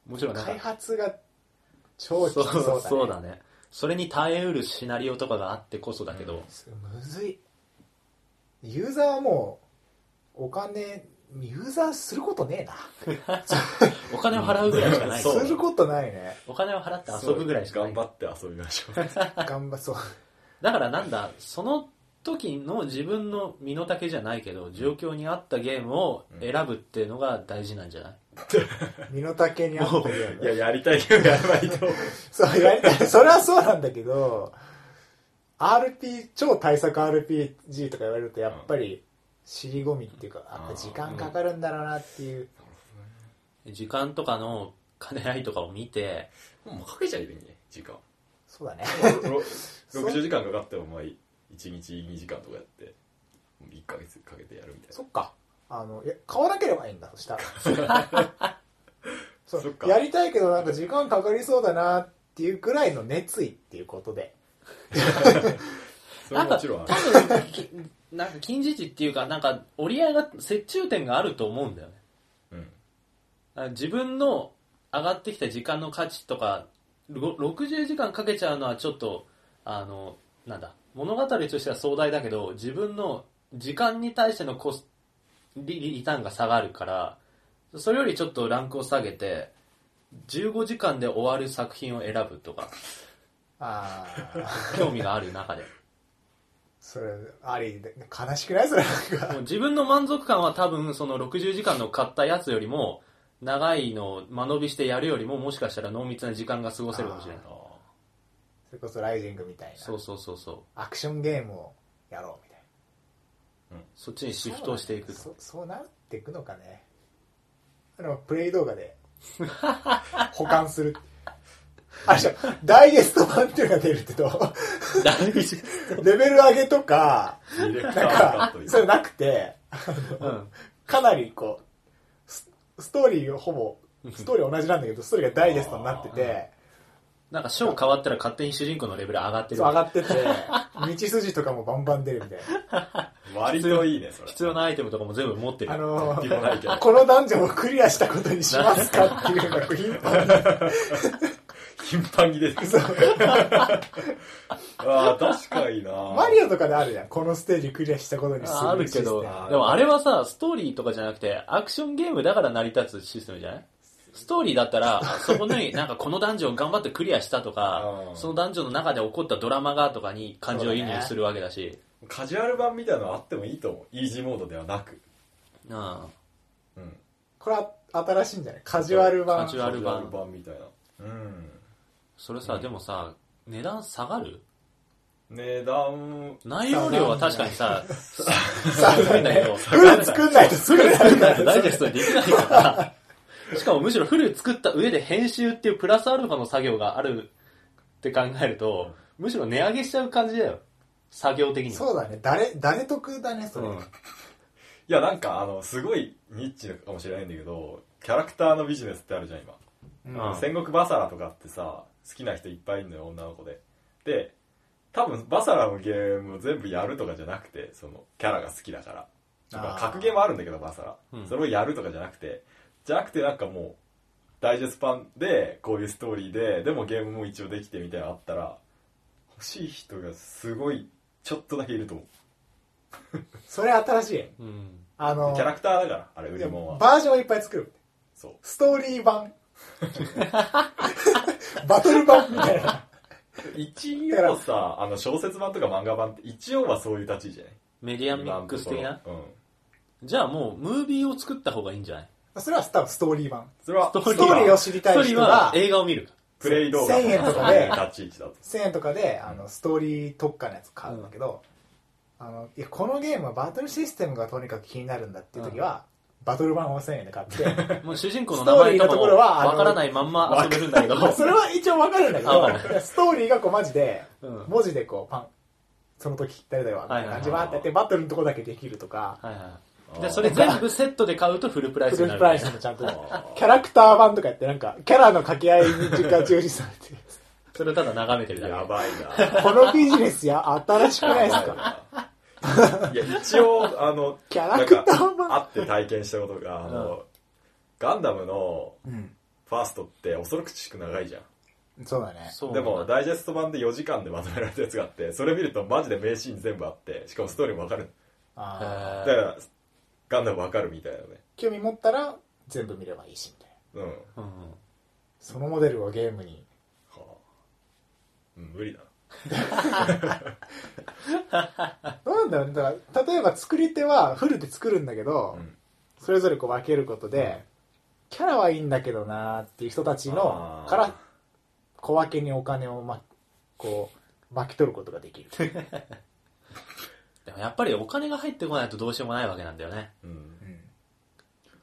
Speaker 2: う。もちろんなんか
Speaker 1: 開発が超きつそうだね
Speaker 2: そうだね。それに耐えうるシナリオとかがあってこそだけど、
Speaker 1: むずいユーザーはもうお金ユーザーすることねえな
Speaker 2: お金を払うぐらいしかない。
Speaker 3: そう
Speaker 1: することないね
Speaker 2: お金を払って
Speaker 3: あ
Speaker 2: 遊ぶぐらいしかない。
Speaker 3: 頑張って遊びましょう
Speaker 1: 頑張そう
Speaker 2: だからなんだ、その時の自分の身の丈じゃないけど、状況に合ったゲームを選ぶっていうのが大事なんじゃない、
Speaker 1: 身の丈に合ったゲーム
Speaker 3: いややりたいけどやらないと
Speaker 1: そうやりたいそれはそうなんだけど RP 超対策 RPG とか言われるとやっぱり尻込みっていうかやっぱ時間かかるんだろうなっていう
Speaker 2: 時間とかの兼ね合いとかを見て、
Speaker 3: もうかけちゃえばいいね時 間
Speaker 1: そうだね
Speaker 3: ろ60時間かかってもまあ1日2時間とかやって1ヶ月かけてやるみたいな
Speaker 1: そっかあのいや買わなければいいんだそしたらそう
Speaker 3: そっか
Speaker 1: やりたいけどなんか時間かかりそうだなっていうくらいの熱意っていうことで
Speaker 3: それ
Speaker 2: な
Speaker 3: は
Speaker 2: ん
Speaker 3: も
Speaker 2: か
Speaker 3: ちろんある
Speaker 2: 多分、きなんか近似値っていうか、なんか折り合いが、折衷点があると思うんだよね。
Speaker 3: うん
Speaker 2: あ自分の上がってきた時間の価値とかろ60時間かけちゃうのはちょっとあのなんだ物語としては壮大だけど自分の時間に対してのコスリリリターンが下がるからそれよりちょっとランクを下げて15時間で終わる作品を選ぶとか
Speaker 1: あ あ
Speaker 2: 興味がある中で
Speaker 1: それありで悲しくないそれなんか
Speaker 2: もう自分の満足感は多分その60時間の買ったやつよりも長いのを間延びしてやるよりももしかしたら濃密な時間が過ごせるかもしれない
Speaker 3: ああ
Speaker 1: それこそライジングみたい
Speaker 2: そう
Speaker 1: な
Speaker 2: そうそうそう
Speaker 1: アクションゲームをやろうみたいな
Speaker 2: そっちにシフトをしていくと
Speaker 1: そうそうなっていくのかねあのプレイ動画 で保管するあれじゃダイジェスト版っていうのが出るけど
Speaker 2: 大事
Speaker 1: レベル上げとか
Speaker 3: ディレク
Speaker 1: な
Speaker 3: タ
Speaker 1: ん
Speaker 3: ーだ
Speaker 1: か
Speaker 3: という
Speaker 1: それなくて
Speaker 2: うん
Speaker 1: かなりこうスストーリーがほぼストーリーは同じなんだけどストーリーがダイジェストになってて
Speaker 2: なんか章変わったら勝手に主人公のレベル上がってる
Speaker 1: そう上が ってて、道筋とかもバンバン出るみたい
Speaker 3: 割といいねそれ
Speaker 2: 必要なアイテムとかも全部持ってる
Speaker 1: な。あの
Speaker 3: 必要ないけ ど
Speaker 1: ー、このダンジョンをクリアしたことにしますかっていうのが頻繁に。
Speaker 3: 頻繁に出てくる
Speaker 1: そう
Speaker 3: ああ確かにな
Speaker 1: マリオとかであるじゃん。このステージクリアしたことにする
Speaker 2: ああるけど
Speaker 1: システム
Speaker 3: あー
Speaker 2: でもあれはさストーリーとかじゃなくてアクションゲームだから成り立つシステムじゃないストーリーだったらそこになんかこのダンジョン頑張ってクリアしたとか
Speaker 3: うん
Speaker 2: そのダンジョンの中で起こったドラマがとかに感情移入するわけだし
Speaker 3: カジュアル版みたいなのあってもいいと思うイージーモードではなく
Speaker 2: な
Speaker 3: うん
Speaker 1: これは新しいんじゃないカジュアル版。
Speaker 2: カジュアル版
Speaker 3: カジュアル版みたいなうん
Speaker 2: あそれさ、でもさ値段下がる
Speaker 3: 値段
Speaker 2: 内容量は確かにさ、
Speaker 1: さ
Speaker 2: 下がるんだけど、
Speaker 1: フル作んないと作れない。
Speaker 2: 作んないとダイジェストにできないから、しかもむしろフル作った上で編集っていうプラスアルファの作業があるって考えると、むしろ値上げしちゃう感じだよ。作業的には。
Speaker 1: そうだね。誰、誰得だね、それ。
Speaker 2: うん
Speaker 3: いやなんかあのすごいニッチかもしれないんだけどキャラクターのビジネスってあるじゃん今、
Speaker 2: うん
Speaker 3: 戦国バサラとかってさ好きな人いっぱいいるのよ女の子でで多分バサラのゲームを全部やるとかじゃなくてそのキャラが好きだからとか
Speaker 1: あー
Speaker 3: 格ゲーもあるんだけどバサラ、
Speaker 2: うん
Speaker 3: それをやるとかじゃなくてじゃなくてなんかもうダイジェスト版でこういうストーリーででもゲームも一応できてみたいなのあったら欲しい人がすごいちょっとだけいると思う
Speaker 1: それ新しい。
Speaker 2: うん。
Speaker 1: あの
Speaker 3: キャラクターだからあれ売り物は
Speaker 1: バージョンをいっぱい作る。
Speaker 3: そう
Speaker 1: ストーリー 版。バトル版みたいな。
Speaker 3: 一応さあの小説版とか漫画版って一応はそういう立ち位置じゃない
Speaker 2: メディアミックス的
Speaker 3: 今
Speaker 2: な
Speaker 3: のところうん
Speaker 2: じゃあもう、ムービーを作った方がいいんじゃない
Speaker 1: それは多分ストーリー版。
Speaker 3: それは
Speaker 2: スト
Speaker 1: ストーリーを知りた
Speaker 2: 一
Speaker 1: い
Speaker 2: 人
Speaker 1: 人
Speaker 2: は
Speaker 1: が、
Speaker 2: 映画を見る。
Speaker 3: プレイ動画
Speaker 1: 1000円とかで
Speaker 3: 立ち位置だと
Speaker 1: 1000円とかであのストーリー特化のやつ買うんだけど、あのいやこのゲームはバトルシステムがとにかく気になるんだっていう時は、バトル版を1000円で買って
Speaker 2: もう主人公の名前
Speaker 1: スト
Speaker 2: と
Speaker 1: ーリーのと
Speaker 2: かも
Speaker 1: ころはあの
Speaker 2: わからないまんま遊べるんだけど、
Speaker 1: それは一応わかるんだけ
Speaker 2: わか
Speaker 1: どストーリーがこうマジで、
Speaker 2: うん
Speaker 1: 文字でこうパンその時誰だよみたいな感じ
Speaker 2: はい
Speaker 1: バ
Speaker 2: はい
Speaker 1: ー
Speaker 2: はい
Speaker 1: ってやってバトルのとこだけできるとか
Speaker 2: はいはい。で、それ全部セットで買うとフルプライス
Speaker 1: フル
Speaker 2: になる、
Speaker 1: プライスもちゃんとキャラクター版とかやってなんかキャラの掛け合いに時間重視されて
Speaker 2: それをただ眺めてるだけ。
Speaker 3: やばい な
Speaker 1: このビジネスや新しくないですか
Speaker 3: いや一応あの
Speaker 1: キャラクター版
Speaker 3: なんか会って体験したことがあの、ガンダムの
Speaker 1: うん
Speaker 3: ファーストって恐ろくしく長いじゃん
Speaker 1: そうだね
Speaker 2: そう
Speaker 3: で
Speaker 2: なんだ
Speaker 3: もダイジェスト版で4時間でまとめられたやつがあってそれ見るとマジで名シーン全部あってしかもストーリーもわかる
Speaker 2: へ
Speaker 1: あー
Speaker 2: ー
Speaker 3: だからガンダムわかるみたいなね
Speaker 1: 興味持ったら全部見ればいいしみたいな
Speaker 3: うん、は
Speaker 2: うんうん
Speaker 1: そのモデルをゲームに。
Speaker 3: あうん、無理だな
Speaker 1: どうなんだろうね。だから、例えば作り手はフルで作るんだけど、
Speaker 3: うん
Speaker 1: それぞれこう分けることで、キャラはいいんだけどなーっていう人たちの
Speaker 3: あ、ー
Speaker 1: から小分けにお金を、ま、こう、巻き取ることができる。
Speaker 2: でもやっぱりお金が入ってこないとどうしようもないわけなんだよね。
Speaker 3: うん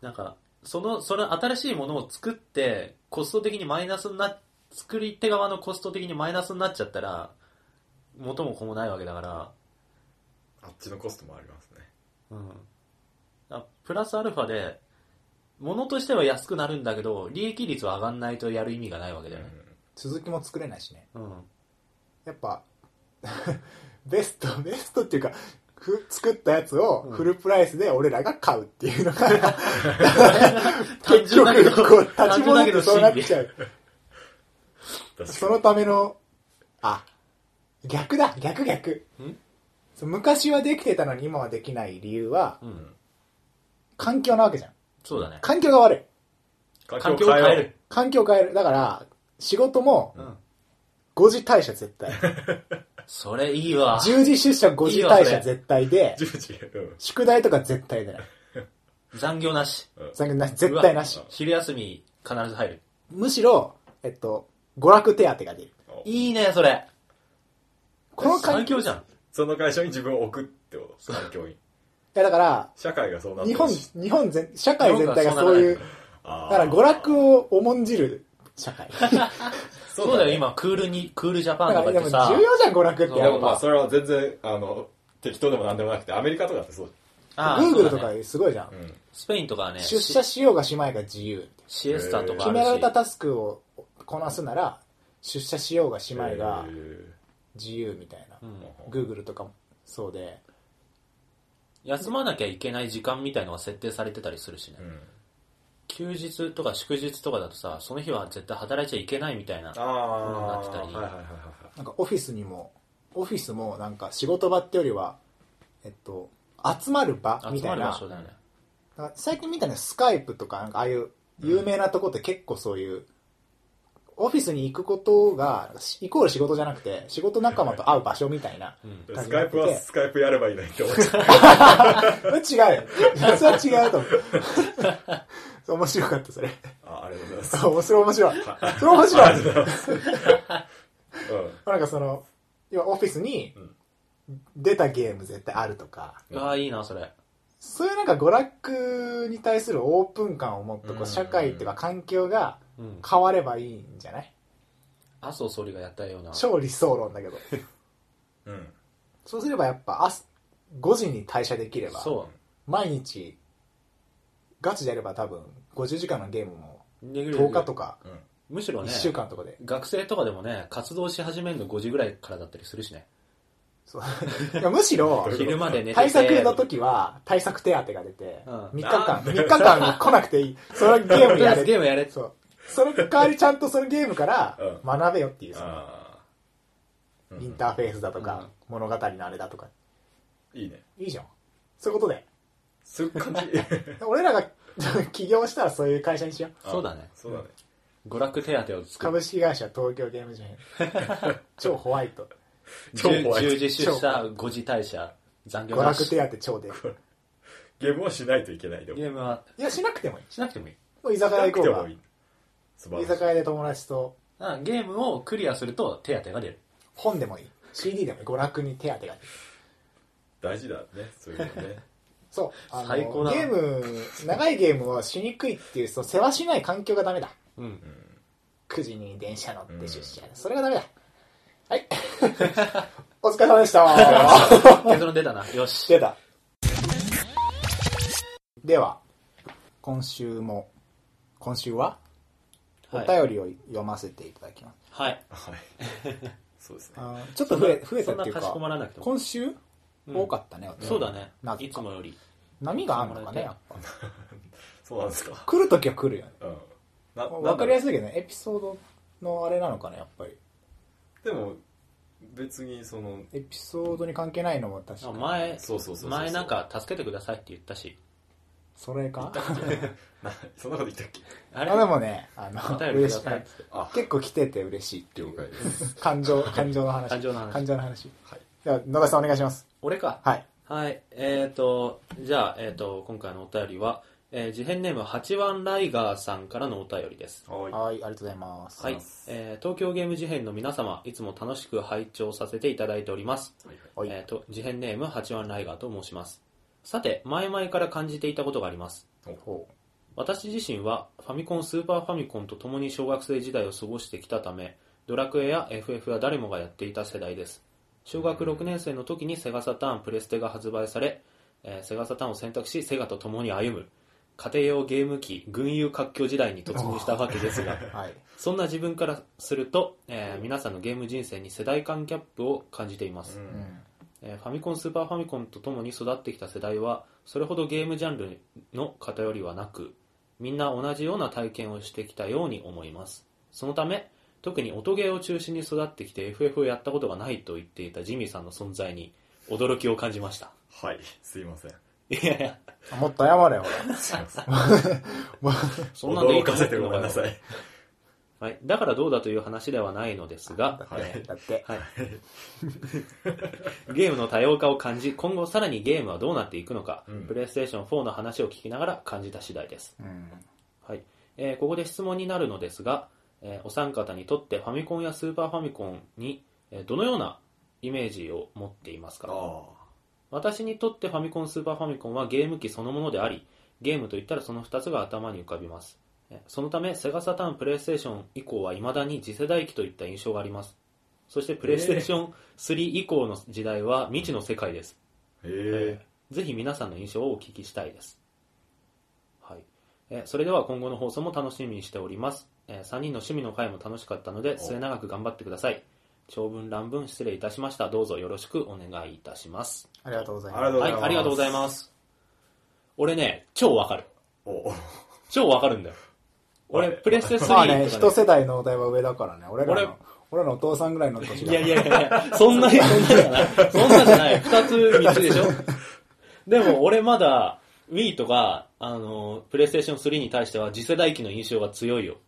Speaker 2: なんか、その、その新しいものを作って、コスト的にマイナスにな、作り手側のコスト的にマイナスになっちゃったら、元も子もないわけだから、
Speaker 3: あっちのコストもありますね
Speaker 2: うん。あプラスアルファで、物としては安くなるんだけど、利益率は上がんないとやる意味がないわけだよね。
Speaker 1: 続きも作れないしね。
Speaker 2: うん。
Speaker 1: やっぱ、 ベスト、ベストっていうか、ふ作ったやつをフルプライスで俺らが買うっていうのが、
Speaker 2: 単純だけど
Speaker 1: 結局こう、立
Speaker 2: 単
Speaker 1: ち
Speaker 2: 純
Speaker 1: 戻
Speaker 2: だ
Speaker 1: っ
Speaker 2: けど
Speaker 1: てそうなっちゃう。
Speaker 3: うん、
Speaker 1: そのための、あ、逆だ、逆逆
Speaker 2: ん。
Speaker 1: そう昔はできてたのに今はできない理由は、
Speaker 2: うん。
Speaker 1: 環境なわけじゃん。
Speaker 2: そうだね。
Speaker 1: 環境が悪い。
Speaker 2: 環境を変え る。
Speaker 1: 環境を変える。だから、仕事も
Speaker 2: うん。
Speaker 1: 5時退社絶 対。
Speaker 2: それいいわ。
Speaker 1: 10時出社5時
Speaker 2: いい
Speaker 1: 退
Speaker 2: わそ
Speaker 1: 社
Speaker 2: れ
Speaker 1: 絶対 で、
Speaker 3: 10時うん
Speaker 1: 宿題とか絶対出ない。
Speaker 2: 残業なし。
Speaker 1: 残業なし絶対な
Speaker 2: う
Speaker 1: し
Speaker 2: わ。昼休み必ず入る。
Speaker 1: むしろ、えっと、娯楽手当が出る。
Speaker 2: いいね、それ。
Speaker 1: この環
Speaker 2: 環
Speaker 1: 境。い
Speaker 2: 境じゃん。
Speaker 3: その会社に自分を置くってこと環境に
Speaker 1: やだから、
Speaker 3: 社会がそうなって
Speaker 1: 日
Speaker 3: ほ
Speaker 1: 本、
Speaker 3: しい
Speaker 1: 日本全、社会全体がそういう、
Speaker 3: あ
Speaker 1: だ
Speaker 3: ー
Speaker 1: から娯楽を重んじる社 会。
Speaker 3: そ
Speaker 2: そうだよ、
Speaker 3: ね
Speaker 2: 今、クールに、クールジャパ
Speaker 1: だ
Speaker 2: ン
Speaker 1: か、
Speaker 2: とからっ
Speaker 1: でも重
Speaker 2: てさ、
Speaker 1: 要じゃん、娯楽って
Speaker 3: で
Speaker 1: や
Speaker 3: も
Speaker 1: っ
Speaker 3: まあ
Speaker 1: ぱ。
Speaker 3: それは全然あの適当でも何でもなくてアメリカとかってそう
Speaker 2: ああ
Speaker 1: Google と
Speaker 2: そうだ
Speaker 1: か
Speaker 2: ね
Speaker 1: すごいじゃん。
Speaker 3: うん
Speaker 2: スペインとかはね、
Speaker 1: 出社しようがしまいが自由。
Speaker 2: シシエスタとかあ
Speaker 1: 決
Speaker 2: る
Speaker 1: められ
Speaker 2: した
Speaker 1: タスクをこなすなら、出社しようがしまいが
Speaker 3: えー
Speaker 1: 自由みたいな、
Speaker 2: うん、
Speaker 1: Google とかもそうで
Speaker 2: 休まなきゃいけない時間みたいのが設定されてたりするしね、
Speaker 3: うん
Speaker 2: 休日とか祝日とかだとさその日は絶対働いちゃいけないみたいな
Speaker 3: ああ
Speaker 2: なってたり
Speaker 3: はいはいはいはい
Speaker 1: なんかオフィスにもオフィスもなんか仕事場ってよりはえっと集まる場み
Speaker 2: 集
Speaker 1: た
Speaker 2: ま
Speaker 1: い
Speaker 2: る
Speaker 1: な
Speaker 2: 場所だよね
Speaker 1: だから最近みたいなスカイプとかなんかああいう有名なとこって結構そういう、オフィスに行くことがイコール仕事じゃなくて仕事仲間と会う場所みたいな
Speaker 2: うん
Speaker 3: スカイプはスカイプやればいいのにって思ってた
Speaker 1: 違うよ 実は違うと思うそう面白かったそれ
Speaker 3: あありがと うございます
Speaker 1: そう面白い面白いそれ面白い
Speaker 3: うん
Speaker 1: なんかその要はオフィスに出たゲーム絶対あるとか、
Speaker 2: ああいいなそれ
Speaker 1: そういうなんか娯楽に対するオープン感をもっと
Speaker 3: う
Speaker 1: こ
Speaker 3: ん
Speaker 1: う社会っていうか環境が
Speaker 2: うん
Speaker 1: 変わればいいんじゃない
Speaker 2: 麻生総理がやったような
Speaker 1: 超理想論だけど
Speaker 3: うん
Speaker 1: そうすればやっぱ朝5時に退社できれば
Speaker 2: そ
Speaker 1: 毎日ガチでやれば多分50時間のゲームも
Speaker 2: うできる
Speaker 1: 10日とか
Speaker 3: うん
Speaker 2: むしろ
Speaker 1: 1
Speaker 2: ね
Speaker 1: 週間とかで、
Speaker 2: 学生とかでもね活動し始めるの5時ぐらいからだったりするしね
Speaker 1: そういやむしろ
Speaker 2: 昼まで寝てて
Speaker 1: 対策の時は対策手当が出て
Speaker 2: うん
Speaker 1: 3日間3日間来なくていいそれはゲー
Speaker 2: と
Speaker 1: ム
Speaker 2: りあ
Speaker 1: や
Speaker 2: えずゲ
Speaker 1: れ
Speaker 2: ームやれって
Speaker 1: そうその代わりちゃんとそのゲームから学べよっていうその
Speaker 3: ああ
Speaker 1: インターフェースだとか、物語のあれだとか。
Speaker 3: いいね
Speaker 1: いいじゃん。そういうことで。
Speaker 3: そういう 感じ
Speaker 1: 俺らが 起業したらそういう会社にしよう。
Speaker 3: あ
Speaker 2: そうだね
Speaker 3: そうだね
Speaker 2: 娯楽手当を作る
Speaker 1: 株式会社東京ゲーム事変。超ホワイト。
Speaker 3: 超ホワイト
Speaker 2: 10時出社5時退社残業
Speaker 1: 娯
Speaker 2: な
Speaker 1: 楽
Speaker 2: し
Speaker 1: 手当超で。
Speaker 3: ゲームはしないといけないでも
Speaker 2: ゲームはい
Speaker 1: や、しなくてもいい。
Speaker 2: しなくてもいい
Speaker 1: もう居酒屋行こう
Speaker 3: なくても
Speaker 1: が
Speaker 3: いい素晴ら
Speaker 1: 居
Speaker 3: しい
Speaker 1: 酒屋で友達と
Speaker 2: あゲームをクリアすると手当が出る
Speaker 1: 本でもいい。CD でもいい。娯楽に手当てが出る。
Speaker 3: 大事だねそういうのね
Speaker 1: そう。あの
Speaker 2: 最高だな
Speaker 1: ゲーム、長いゲームをしにくいっていう、その世話しない環境がダメだ。
Speaker 2: うん
Speaker 1: 9時に電車乗って出社。
Speaker 3: う
Speaker 1: それがダメだ。はい。 お疲れ様でした。
Speaker 2: 結論出たなよし
Speaker 1: 出たでは今週も今週はお
Speaker 2: はい
Speaker 1: 便りを読ませていただきます、
Speaker 2: はい
Speaker 3: はいそうですね
Speaker 1: あーちょっと増え増えた
Speaker 2: そ
Speaker 1: っ
Speaker 2: んな
Speaker 1: ていう
Speaker 2: か
Speaker 1: か
Speaker 2: しこまらなくても
Speaker 1: 今週、
Speaker 2: うん
Speaker 1: 多かったねお便り
Speaker 2: そうだね
Speaker 1: なぜ
Speaker 2: いつ
Speaker 1: か
Speaker 2: もより
Speaker 1: 波があるのかね
Speaker 2: いつ
Speaker 1: やっ
Speaker 2: も
Speaker 1: ぱ
Speaker 3: そうなんですか
Speaker 1: 来るときは来るよね
Speaker 3: うんな
Speaker 1: わかりや
Speaker 3: す
Speaker 1: すいけどねエピソードのあれなのかねやっぱり
Speaker 3: いでも別にその
Speaker 1: エピソードに関係ないのも確か
Speaker 2: あ前
Speaker 3: そうそうそうそう
Speaker 2: 前なんか助けてくださいって言ったし
Speaker 1: それか
Speaker 3: なそんなこと言ったっけ
Speaker 2: あ
Speaker 1: あ
Speaker 2: れ
Speaker 1: でもねあ
Speaker 2: お
Speaker 1: の
Speaker 2: 便りく
Speaker 1: 嬉し
Speaker 2: ださ
Speaker 1: い
Speaker 2: いっつって
Speaker 3: あ
Speaker 1: 結構来てて嬉しいってい
Speaker 3: 了
Speaker 1: う
Speaker 3: 解です
Speaker 1: 感情感情の話
Speaker 2: 感情の話
Speaker 1: 感情の話
Speaker 3: はい
Speaker 1: では野田さんお願いします
Speaker 2: 俺か
Speaker 1: はい
Speaker 2: はい、えーと、じゃあ、えーと、今回のお便りは、えー、事変ネーム八番ライガーさんからのお便りです。
Speaker 3: はい
Speaker 1: はい、ありがとうございます。
Speaker 2: はい、えー東京ゲーム事変の皆様、いつも楽しく拝聴させていただいております。
Speaker 3: はいはい
Speaker 1: はい
Speaker 2: えーと、事変ネーム八番ライガーと申します。さて、前々から感じていたことがあります。
Speaker 1: ほ
Speaker 2: 私自身はファミコンスーパーファミコンと共に小学生時代を過ごしてきたためドラクエや FF は誰もがやっていた世代です小学6年生の時にセガサターンプレステが発売され、えーセガサターンを選択しセガと共に歩む家庭用ゲーム機群雄割拠時代に突入したわけですが
Speaker 1: う。はい。
Speaker 2: そんな自分からすると、えー皆さんのゲーム人生に世代間ギャップを感じています、
Speaker 3: う
Speaker 1: うんん。
Speaker 2: えーファミコンスーパーファミコンとともに育ってきた世代はそれほどゲームジャンルの偏りはなくみんな同じような体験をしてきたように思いますそのため特に音ゲーを中心に育ってきて FF をやったことがないと言っていたジミーさんの存在に驚きを感じました
Speaker 3: はいすいません
Speaker 2: いやいや
Speaker 1: もっと謝 れよ、
Speaker 3: すいません
Speaker 1: ほら。
Speaker 2: そんなんでい
Speaker 3: 驚
Speaker 2: いと
Speaker 3: か
Speaker 2: 思
Speaker 3: せ
Speaker 2: って
Speaker 3: てご
Speaker 2: もらえ
Speaker 3: めん
Speaker 2: ば
Speaker 3: なさい
Speaker 2: はい、だからどうだという話ではないのですが、
Speaker 1: だって、だって。
Speaker 2: はい、ゲームの多様化を感じ今後さらにゲームはどうなっていくのか、
Speaker 3: うん
Speaker 2: プレイステーション4の話を聞きながら感じた次第です
Speaker 1: うん。
Speaker 2: はいえーここで質問になるのですが、えーお三方にとってファミコンやスーパーファミコンに、えーどのようなイメージを持っています
Speaker 3: あ
Speaker 2: か
Speaker 3: あ
Speaker 2: 私にとってファミコンスーパーファミコンはゲーム機そのものでありゲームといったらその2つが頭に浮かびますえーそのためセガサターンプレイステーション以降はいまだに次世代機といった印象がありますそしてプレイステーション3以降の時代は未知の世界です
Speaker 3: へえ
Speaker 2: ぜひ皆さんの印象をお聞きしたいです。はい。えーそれでは今後の放送も楽しみにしております、えー3人の趣味の会も楽しかったので末永く頑張ってください長文乱文失礼いたしましたどうぞよろしくお願いいたします
Speaker 1: ありがとうござい
Speaker 3: ありがとう
Speaker 1: ま
Speaker 2: はい
Speaker 3: ございます
Speaker 2: ありがとうございます俺ね超わかる
Speaker 3: お
Speaker 2: 超わかるんだよ俺
Speaker 3: まあね
Speaker 2: プレステ3
Speaker 1: す。
Speaker 2: と
Speaker 1: まあ
Speaker 2: か、
Speaker 1: ね、
Speaker 2: ね、
Speaker 1: 一世代のお題は上だからね。俺ら
Speaker 2: 俺
Speaker 1: の、俺らのお父さんぐらいの年
Speaker 2: い
Speaker 1: だ
Speaker 2: やいやいやいや、そんなにそんなじゃない。そんなじゃない。二つ、三つでしょでも俺まだ Wii とか、あの、PlayStation 3に対しては次世代機の印象が強いよ。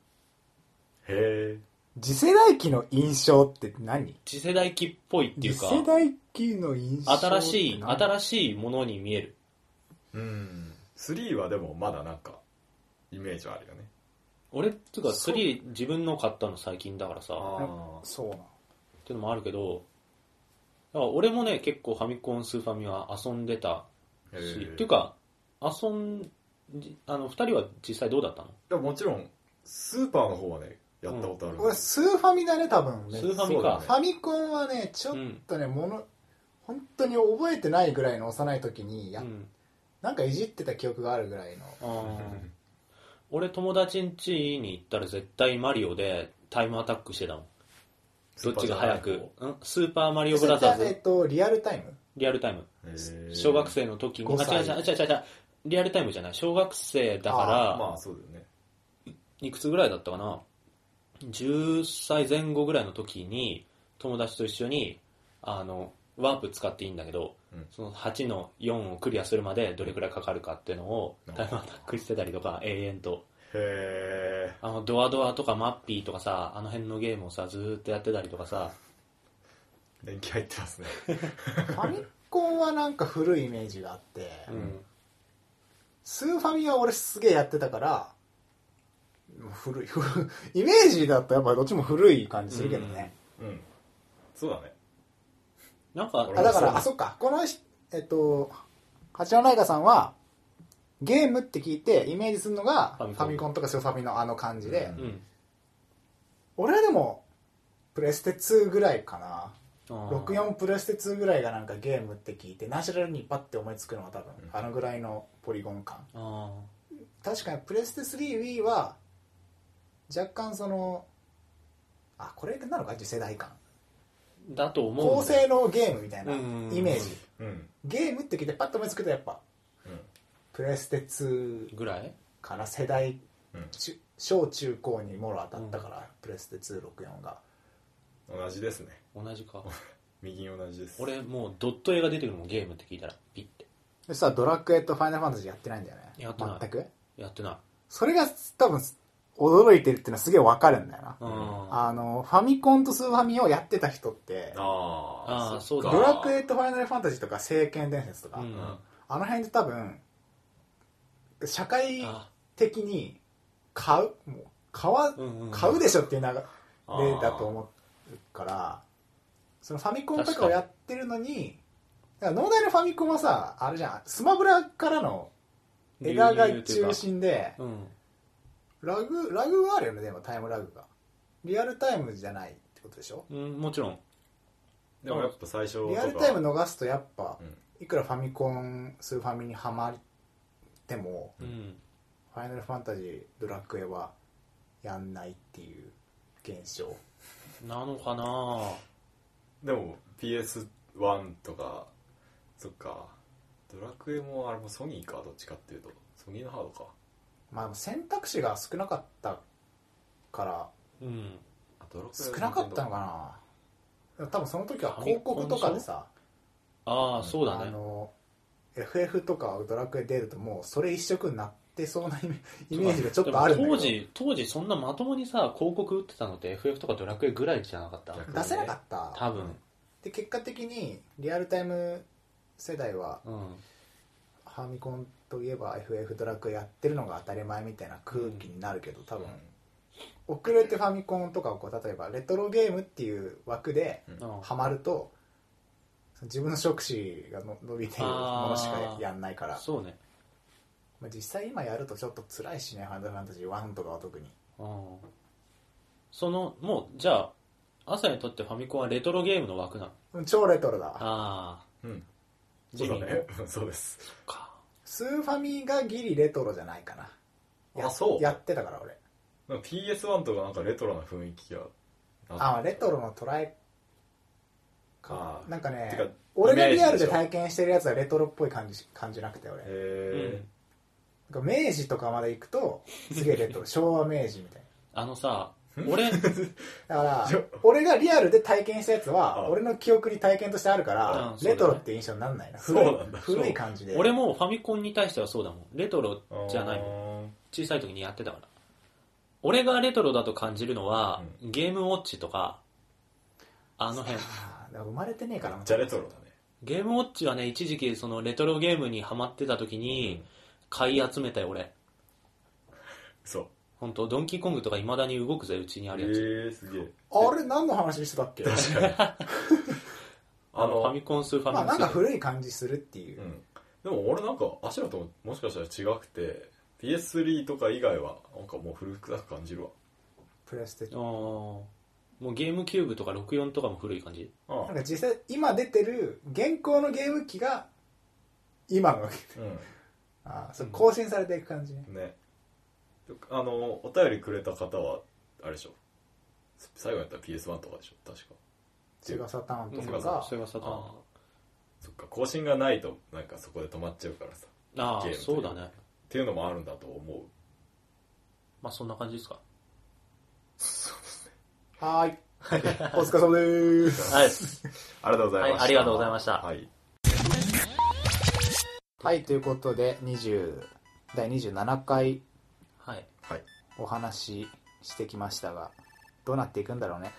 Speaker 3: へえ
Speaker 1: 次世代機の印象って何
Speaker 2: 次世代機っぽいっていうか、
Speaker 1: 次世代機の印象って
Speaker 2: 新しい、
Speaker 1: 何
Speaker 2: 新しいものに見える。
Speaker 3: うん3はでもまだなんかイメージはあるよね
Speaker 2: 俺、つうか3自分の買ったの最近だからさ、っ
Speaker 3: あ
Speaker 1: そうなの
Speaker 2: ていうのもあるけど、だから俺もね、結構ファミコン、スーファミは遊んでた
Speaker 3: あ
Speaker 2: し、っていうか、遊ん、あの、二人は実際どうだったの
Speaker 3: いやもちろんスーパーの方はねやったことあるん
Speaker 1: 俺、
Speaker 3: で
Speaker 1: ス
Speaker 3: す
Speaker 1: ーファミだね、多分ね。
Speaker 2: スーファミ
Speaker 3: そうだ
Speaker 2: か
Speaker 3: ね
Speaker 1: フ。ァミコンはね、ちょっとね、もの、本当に覚えてないぐらいの幼い時に、や
Speaker 2: う、ん
Speaker 1: なんかいじってた記憶があるぐらいの。
Speaker 2: あー俺友達ん家に行ったら絶対マリオでタイムアタックしてたもんどっちが早く
Speaker 3: スー
Speaker 2: んスーパーマリオブラザー
Speaker 1: それってえ
Speaker 2: ズ
Speaker 1: っと、リアルタイム
Speaker 2: リアルタイム
Speaker 3: パーじゃないのへえ
Speaker 2: 小学生の時に
Speaker 1: 5
Speaker 2: あ
Speaker 1: 歳
Speaker 2: 違う違う違う違う違うリアルタイムじゃない小学生だから、
Speaker 3: まあそうだよね
Speaker 2: いくつぐらいだったかな10歳前後ぐらいの時に友達と一緒にあのワープ使っていいんだけど、
Speaker 3: うん
Speaker 2: その8の4をクリアするまでどれくらいかかるかっていうのを
Speaker 3: な
Speaker 2: タ
Speaker 3: る
Speaker 2: イムアタックしてたりとか永遠と
Speaker 3: へ
Speaker 2: あのドアドアとかマッピーとかさあの辺のゲームをさずーっとやってたりとかさ
Speaker 3: え年季入ってますね
Speaker 1: ファミコンはなんか古いイメージがあって、
Speaker 2: うん
Speaker 1: スーファミは俺すげえやってたから、古い、 古い、イメージだとやっぱどっちも古い感じするけどね。
Speaker 3: うんそうだね
Speaker 2: なんか
Speaker 3: うん
Speaker 1: あだか
Speaker 3: そう
Speaker 1: ら、あ、そっか、この人、えっと、八尾内科さんは、ゲームって聞いてイメージするのが
Speaker 2: フ
Speaker 1: フ
Speaker 2: ァミコン
Speaker 1: ァミコンとかスーファミのあの感じで、
Speaker 3: うん
Speaker 2: うん
Speaker 1: 俺はでも、プレステ2ぐらいかな。
Speaker 2: あー
Speaker 1: 64プレステ2ぐらいがなんかゲームって聞いてナチュラルにパッて思いつくのは多分
Speaker 3: うん
Speaker 1: あのぐらいのポリゴン感
Speaker 2: あ
Speaker 1: 確かにプレステ 3Wii は若干そのあこれなのか次世代感
Speaker 2: ーだと思うんだよ
Speaker 1: 高性能ゲームみたいなイ
Speaker 2: うん
Speaker 1: メージ
Speaker 3: うん
Speaker 1: ゲームって聞いてパッと思いつくとやっぱプレステ2
Speaker 2: ぐらい
Speaker 1: かな世代
Speaker 3: うん
Speaker 1: 中小中高にもろ当たったからプレステ264が
Speaker 3: うん同じですね
Speaker 2: 同じか
Speaker 3: 右に同じです
Speaker 2: 俺もうドット絵が出てくるもんゲームって聞いたらピッて
Speaker 1: そしたらドラクエとファイナルファンタジーやってないんだよね
Speaker 2: やってない
Speaker 1: 全く
Speaker 2: やってない
Speaker 1: それが多分驚いてるっていうのはすげえわかるんだよな
Speaker 2: うんあ
Speaker 1: あの、ファミコンとスーファミをやってた人って、
Speaker 3: あ
Speaker 2: あー
Speaker 3: あ
Speaker 2: そうだ
Speaker 1: ドラクエとファイナルファンタジーとか、聖剣伝説とか、
Speaker 2: うん
Speaker 1: あの辺で多分、社会
Speaker 2: あ
Speaker 1: 的に買う、もう買わ、
Speaker 2: うんうん
Speaker 1: 買うでしょっていう流れ
Speaker 3: あー
Speaker 1: だと思うから、そのファミコンとかをやってるのに、だから農大のファミコンはさ、あれじゃん、スマブラからの絵画が中心で、
Speaker 2: うん
Speaker 1: ラグ、ラグはあるよね、でもタイムラグが。リアルタイムじゃないってことでしょ
Speaker 2: うんもちろん
Speaker 3: でもやっぱ最初とか
Speaker 1: リアルタイム逃すとやっぱ
Speaker 3: う、ん
Speaker 1: いくらファミコン、スーファミにはまっても、
Speaker 2: うん
Speaker 1: ファイナルファンタジー、ドラクエはやんないっていう現象。
Speaker 2: なのかな
Speaker 3: でも PS1 とかそっかドラクエもあれもソニーかどっちかっていうとソニーのハードか
Speaker 1: まあ選択肢が少なかったから、
Speaker 2: うん
Speaker 3: あドラクエ
Speaker 1: 少なかったのかな多分その時は広告とかでさ、
Speaker 2: ああそうだ
Speaker 1: あ
Speaker 2: ね
Speaker 1: の、FF とかドラクエ出るともうそれ一色になってそうなイメ イメージがちょっとあるんだ
Speaker 2: で
Speaker 1: け
Speaker 2: も
Speaker 1: ど
Speaker 2: 当時当時そんなまともにさ広告打ってたのって FF とかドラクエぐらいじゃなかった
Speaker 3: 逆
Speaker 1: 出せなかった。
Speaker 2: 多分
Speaker 1: で結果的にリアルタイム世代は
Speaker 2: うん
Speaker 1: ファミコンといえば FF ドラクエやってるのが当たり前みたいな空気になるけど、多
Speaker 3: うん
Speaker 1: 分遅れてファミコンとかをこう例えばレトロゲームっていう枠で
Speaker 3: うん
Speaker 2: うん
Speaker 1: ハマると自分の触手がの伸びてるものしかやんないから
Speaker 2: そうね
Speaker 1: まあ、実際今やるとちょっと辛いしね「ファイナルファンタジー1」とかは特に
Speaker 2: うんそのもうじゃあ朝にとってファミコンはレトロゲームの枠なの
Speaker 1: うん超レトロだ
Speaker 2: ああ
Speaker 3: うんそ
Speaker 2: ジミ
Speaker 3: うだ
Speaker 2: ー
Speaker 3: ね そうです
Speaker 2: か
Speaker 1: スーファミがギリレトロじゃないかなや
Speaker 3: あそう
Speaker 1: やってたから俺
Speaker 3: なんか PS1 とかなんかレトロな雰囲気が
Speaker 1: あレトロの捉えか
Speaker 3: あー
Speaker 1: なんか
Speaker 3: て
Speaker 1: ね
Speaker 3: か
Speaker 1: 俺が
Speaker 3: イメージで
Speaker 1: リ
Speaker 3: しょ
Speaker 1: アルで体験してるやつはレトロっぽい感じ感じなくて俺
Speaker 3: へえ
Speaker 1: なんか明治とかまで行くとすげえレ トロ昭和明治みたい
Speaker 2: あのさ、俺、
Speaker 1: なだか
Speaker 3: ち
Speaker 1: ら
Speaker 3: ょ
Speaker 1: 俺がリアルで体験したやつ
Speaker 3: あ
Speaker 1: は俺の記憶に体験としてあるか
Speaker 2: う
Speaker 1: ら
Speaker 2: んそうだね
Speaker 1: レトロって印象になんないな
Speaker 3: そ
Speaker 1: 古
Speaker 3: う
Speaker 1: い
Speaker 3: なんだ
Speaker 1: 古い感じで
Speaker 2: 俺もファミコンに対してはそうだもん。レトロ
Speaker 3: ー
Speaker 2: じゃないもん。小さい時にやってたから。俺がレトロだと感じるのは、ゲームウォッチとか、あ の辺。
Speaker 1: あーだから生まれてねえから
Speaker 3: じゃあレトロだね
Speaker 2: ゲームウォッチはね、一時期そのレトロゲームにハマってた時に
Speaker 3: うん、
Speaker 2: 買い集めたよ、俺。
Speaker 3: そう
Speaker 2: 本当ドンキーコングとか未だに動くぜ、うちにあ
Speaker 3: え
Speaker 2: るやつ。
Speaker 3: ー、すげえ
Speaker 1: あれ何の話してた っけ
Speaker 3: 確 かに
Speaker 2: あ
Speaker 3: あ
Speaker 2: の、ファ
Speaker 3: の
Speaker 2: ミコンスー
Speaker 1: ま
Speaker 2: フ
Speaker 1: あ
Speaker 2: ァ
Speaker 1: なん
Speaker 2: ミ
Speaker 1: か
Speaker 2: コン
Speaker 1: 古い感じするっていうう、
Speaker 3: んでも俺なんか足らとももしかしたら違くて PS3 とか以外はなんかもう古く感じるわ
Speaker 1: プレステ
Speaker 2: ス。もうゲームキューブとか64とかも古い感じ。
Speaker 3: あ
Speaker 1: なんか実際今出てる現行のゲーム機が今の
Speaker 3: う
Speaker 1: あーそう更新されていく感じね
Speaker 3: んねあのお便りくれた方はあれでしょ最後やったら PS1 とかでしょ確か
Speaker 1: セガサターンと
Speaker 3: セ
Speaker 1: か
Speaker 3: ガ
Speaker 1: が
Speaker 2: セガサターン
Speaker 3: あーそっか更新がないとなんかそこで止まっちゃうからさっ
Speaker 2: ああ
Speaker 3: ゲームというか
Speaker 2: そうだね
Speaker 3: ていうのもあるんだと思う
Speaker 2: まあそんな感じですか
Speaker 1: はーいお疲れ様でーす
Speaker 2: はい
Speaker 3: ありがとうござい
Speaker 2: は
Speaker 3: ました、
Speaker 2: いありがとうございました
Speaker 3: はい
Speaker 1: はいということで20第27回
Speaker 2: はい
Speaker 3: はい
Speaker 1: お話ししてきましたがどうなっていくんだろうね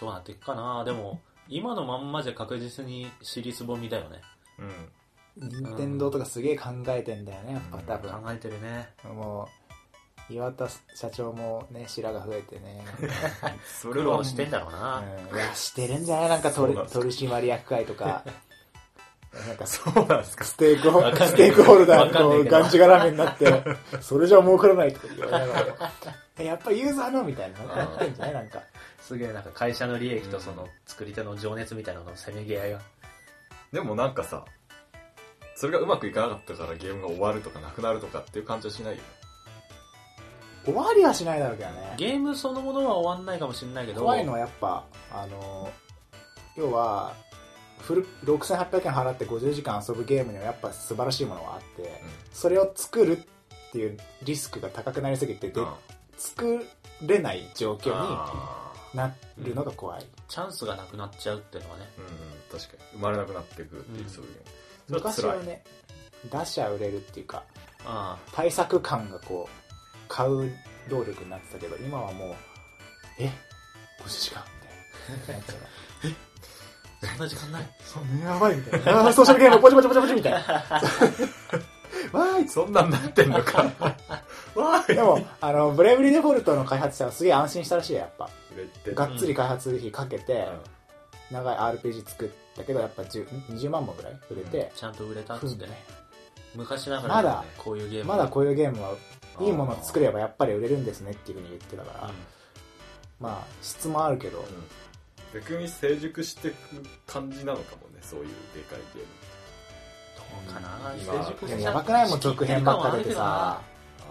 Speaker 2: どうなっていくかなでも今のまんまじゃ確実に尻すぼみだよね
Speaker 3: うん
Speaker 1: 任天堂とかすげえ考えてんだよねやっぱ多
Speaker 2: 考
Speaker 1: 分
Speaker 2: えてるね
Speaker 1: もう岩田社長もね白が増えてね
Speaker 3: そ
Speaker 2: 苦労してんだろうな、
Speaker 1: うん、いやしてるんじゃないなんか取
Speaker 3: そうなんですか
Speaker 1: 取締役会とかなんかス
Speaker 3: そうなんですか
Speaker 1: テークホ
Speaker 2: わかんない
Speaker 1: ステークホルダ
Speaker 2: わ
Speaker 1: ー
Speaker 2: かん
Speaker 1: の
Speaker 2: な
Speaker 1: こ
Speaker 2: いうけど
Speaker 1: がんじがらめになってそれじゃ儲からないとか言われながらえやっぱユーザーのみたいななんかやってんじゃないなんか
Speaker 2: すげえなんか会社の利益とその作り手の情熱みたいなののせめぎ合いが
Speaker 3: でもなんかさそれがうまくいかなかったからゲームが終わるとかなくなるとかっていう感じはしないよね
Speaker 1: 終わりはしないだろうけどね
Speaker 2: ゲームそのものは終わんないかもしれないけど
Speaker 1: 怖いのはやっぱあの要はフル6800円払って50時間遊ぶゲームにはやっぱ素晴らしいものはあって、それを作るっていうリスクが高くなりすぎてで、
Speaker 3: うん
Speaker 1: 作れない状況に
Speaker 3: あ
Speaker 1: なるのが怖い、
Speaker 2: チャンスがなくなっちゃうっていうのはね
Speaker 3: ーうんうん確かに生まれなくなっていくっていう、
Speaker 2: うん
Speaker 3: そういうのそれは
Speaker 1: 昔
Speaker 3: 辛い
Speaker 1: はね打者売れるっていうか
Speaker 2: ああ
Speaker 1: 対策感がこう買う労力になってたけど今はもうえ50時間みたいななっちゃう
Speaker 2: そんな時間ない
Speaker 1: そうねやばいみたい なあーソーシャルゲームポチポチポチポチみたいな わーい
Speaker 3: そんなんなってんの かわ ー
Speaker 1: でもあのブレイブリーデフォルトの開発者はすげえ安心したらしいよやっぱ
Speaker 3: い売れて
Speaker 1: がっつり開発費かけて
Speaker 3: うん
Speaker 1: 長い RPG 作ったけどやっぱ10 20万本ぐらい売れて、
Speaker 2: ちゃんと売れたっ
Speaker 1: ふ
Speaker 2: つっ
Speaker 1: ん
Speaker 2: て
Speaker 1: ね
Speaker 2: ね昔な
Speaker 1: ま
Speaker 2: がらの
Speaker 1: だ
Speaker 2: ねこういうゲーム
Speaker 1: まだこういうゲームはいいものを作ればやっぱり売れるんですねっていうふうに言ってたから、
Speaker 2: うん
Speaker 1: まあ質もあるけど、
Speaker 3: うん、逆に成熟してく感じなのかもねそういうでかいゲーム
Speaker 2: どうかな
Speaker 3: 今
Speaker 2: 成熟
Speaker 1: でも
Speaker 2: し
Speaker 1: やばくないもん続編ばっか出てさ
Speaker 3: あ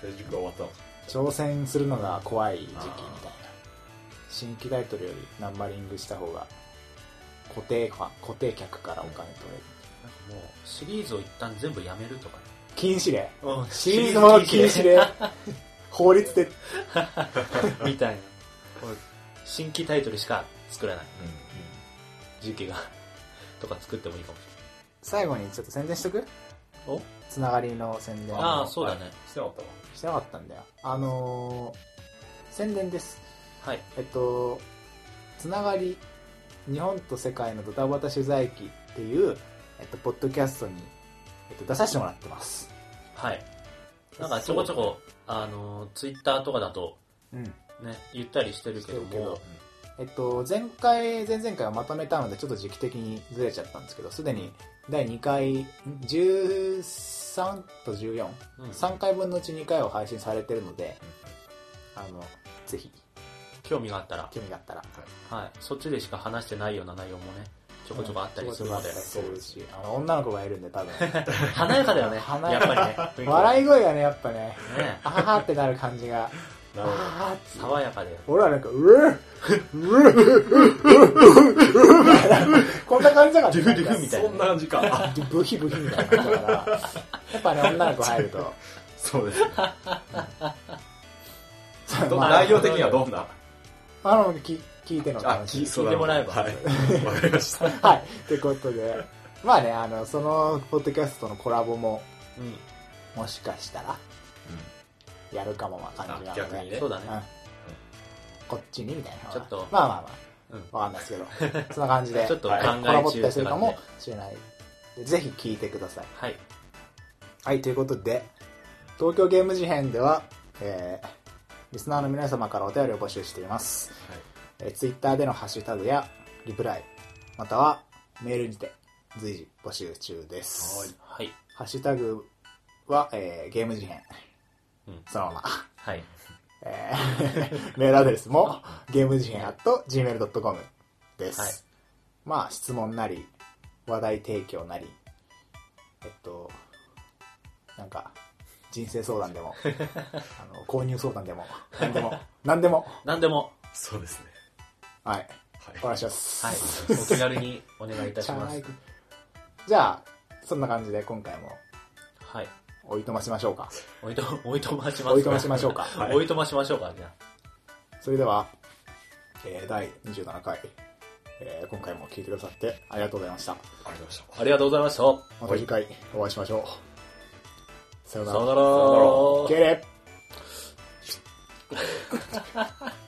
Speaker 3: ー成熟が終わったのか
Speaker 1: 挑戦するのが怖い時期みたいな
Speaker 3: あ
Speaker 1: 新規タイトルよりナンバリングした方が固定ファン固定客からお金取れる
Speaker 2: なんかもうシリーズを一旦全部やめるとかね
Speaker 1: 禁止令シ
Speaker 2: シ
Speaker 1: リーズの禁止令法律で
Speaker 2: みたいなこう新規タイトルしか作らない時期がとか作ってもいいかもし
Speaker 1: 最後にちょっと宣伝しとく
Speaker 2: れない
Speaker 1: つながりの宣伝
Speaker 2: おああそうだね
Speaker 3: してなかったわ
Speaker 1: してなかったんだよあのー宣伝です
Speaker 2: はい
Speaker 1: えっと、つながり、日本と世界のドタバタ取材記っていう、えっと、ポッドキャストに、えっと、出させてもらってます。
Speaker 2: はいなんかちょこちょこあのツイッターとかだと
Speaker 1: うん。
Speaker 2: ね言ったりしてるけど
Speaker 1: してるけ
Speaker 2: も
Speaker 1: どえっと、前回、前々回をまとめたので、ちょっと時期的にずれちゃったんですけど、すでに第2回、ん13と14、
Speaker 2: うん
Speaker 1: 3回分のうち2回を配信されてるので、あの、ぜひ、
Speaker 2: 興味があったら
Speaker 1: 興味があったら、
Speaker 2: はいそっちでしか話してないような内容もねちょこちょこあったりする
Speaker 1: ちょこ
Speaker 2: の
Speaker 1: ちょ
Speaker 2: で
Speaker 1: こあったり。するしあの女の子がいるんで多分
Speaker 2: 華やかだよね。
Speaker 1: 華や
Speaker 2: やっ
Speaker 1: か
Speaker 2: ぱりね。
Speaker 1: 笑い
Speaker 2: い
Speaker 1: 声がねやっぱね
Speaker 2: ね。
Speaker 1: あははってなる感じが
Speaker 3: な
Speaker 1: あ
Speaker 3: るほ
Speaker 1: ははって
Speaker 2: 爽やかで。
Speaker 1: 俺はなんかうぅうぅうぅこんな感じだから
Speaker 2: ドゥフドゥフみ
Speaker 3: ど
Speaker 2: たい
Speaker 3: そんな感じか
Speaker 1: ブヒブヒみたいな感じだからやっぱね女の子入ると
Speaker 3: そうです ど
Speaker 1: まあ
Speaker 3: 内容的にはどんな
Speaker 1: あの聞聞いてのお楽しみ
Speaker 2: 聞いてもらえば
Speaker 3: はいわかりました
Speaker 1: はいということでまあねあのそのポッドキャストのコラボも
Speaker 2: うん。
Speaker 1: もしかしたらやるかもわかんない
Speaker 3: あ逆にね
Speaker 2: そうだね。
Speaker 1: うんこっちにみたいな
Speaker 2: ちょっと
Speaker 1: まあまあま
Speaker 2: う
Speaker 1: あわかんないですけどそんな感じで
Speaker 2: ちょっと考
Speaker 3: は
Speaker 2: え
Speaker 3: い
Speaker 2: 中
Speaker 1: コラボったりするか
Speaker 2: っ
Speaker 1: も
Speaker 2: て感
Speaker 1: しれないぜひ聞いてください
Speaker 2: じではい。
Speaker 1: はい、ということで、東京ゲーム事変では、えー、リスナーの皆様からお便りを募集しています。
Speaker 3: はい
Speaker 1: えー、ツイッターでのハッシュタグやリプライ、またはメールにて随時募集中です。
Speaker 2: はい。
Speaker 1: ハッシュタグは、えー、ゲーム事変。
Speaker 2: うん
Speaker 1: そのまま。
Speaker 2: はい。
Speaker 1: えー メールアドレスも、ゲーム事変 at gmail.com です。
Speaker 2: はい
Speaker 1: まあ、質問なり、話題提供なり、えっと、なんか、人生相談で も、あの購入相談でも、何でも、 何でも、
Speaker 2: 何でも、
Speaker 3: そうですね
Speaker 1: はい、
Speaker 3: はい
Speaker 1: お願いします。
Speaker 2: はい。お気軽にお願いいたしま
Speaker 1: チャーイ
Speaker 2: す。
Speaker 1: クじゃあ、そんな感じで今回も、
Speaker 2: はい。
Speaker 1: おいとましましょうか。
Speaker 2: おいと、おいとまします。
Speaker 1: おいとましましょうか。
Speaker 3: はい
Speaker 2: おいとましましょうか、じゃ
Speaker 1: それでは、えー第27回、えー今回も聞いてくださってありがとうございました。
Speaker 3: ありがとうございました
Speaker 2: あ。ありがとうございました。さ
Speaker 1: また次回お会いしましょう。さようなら
Speaker 2: よ。
Speaker 3: さよ
Speaker 2: なら。
Speaker 1: 敬礼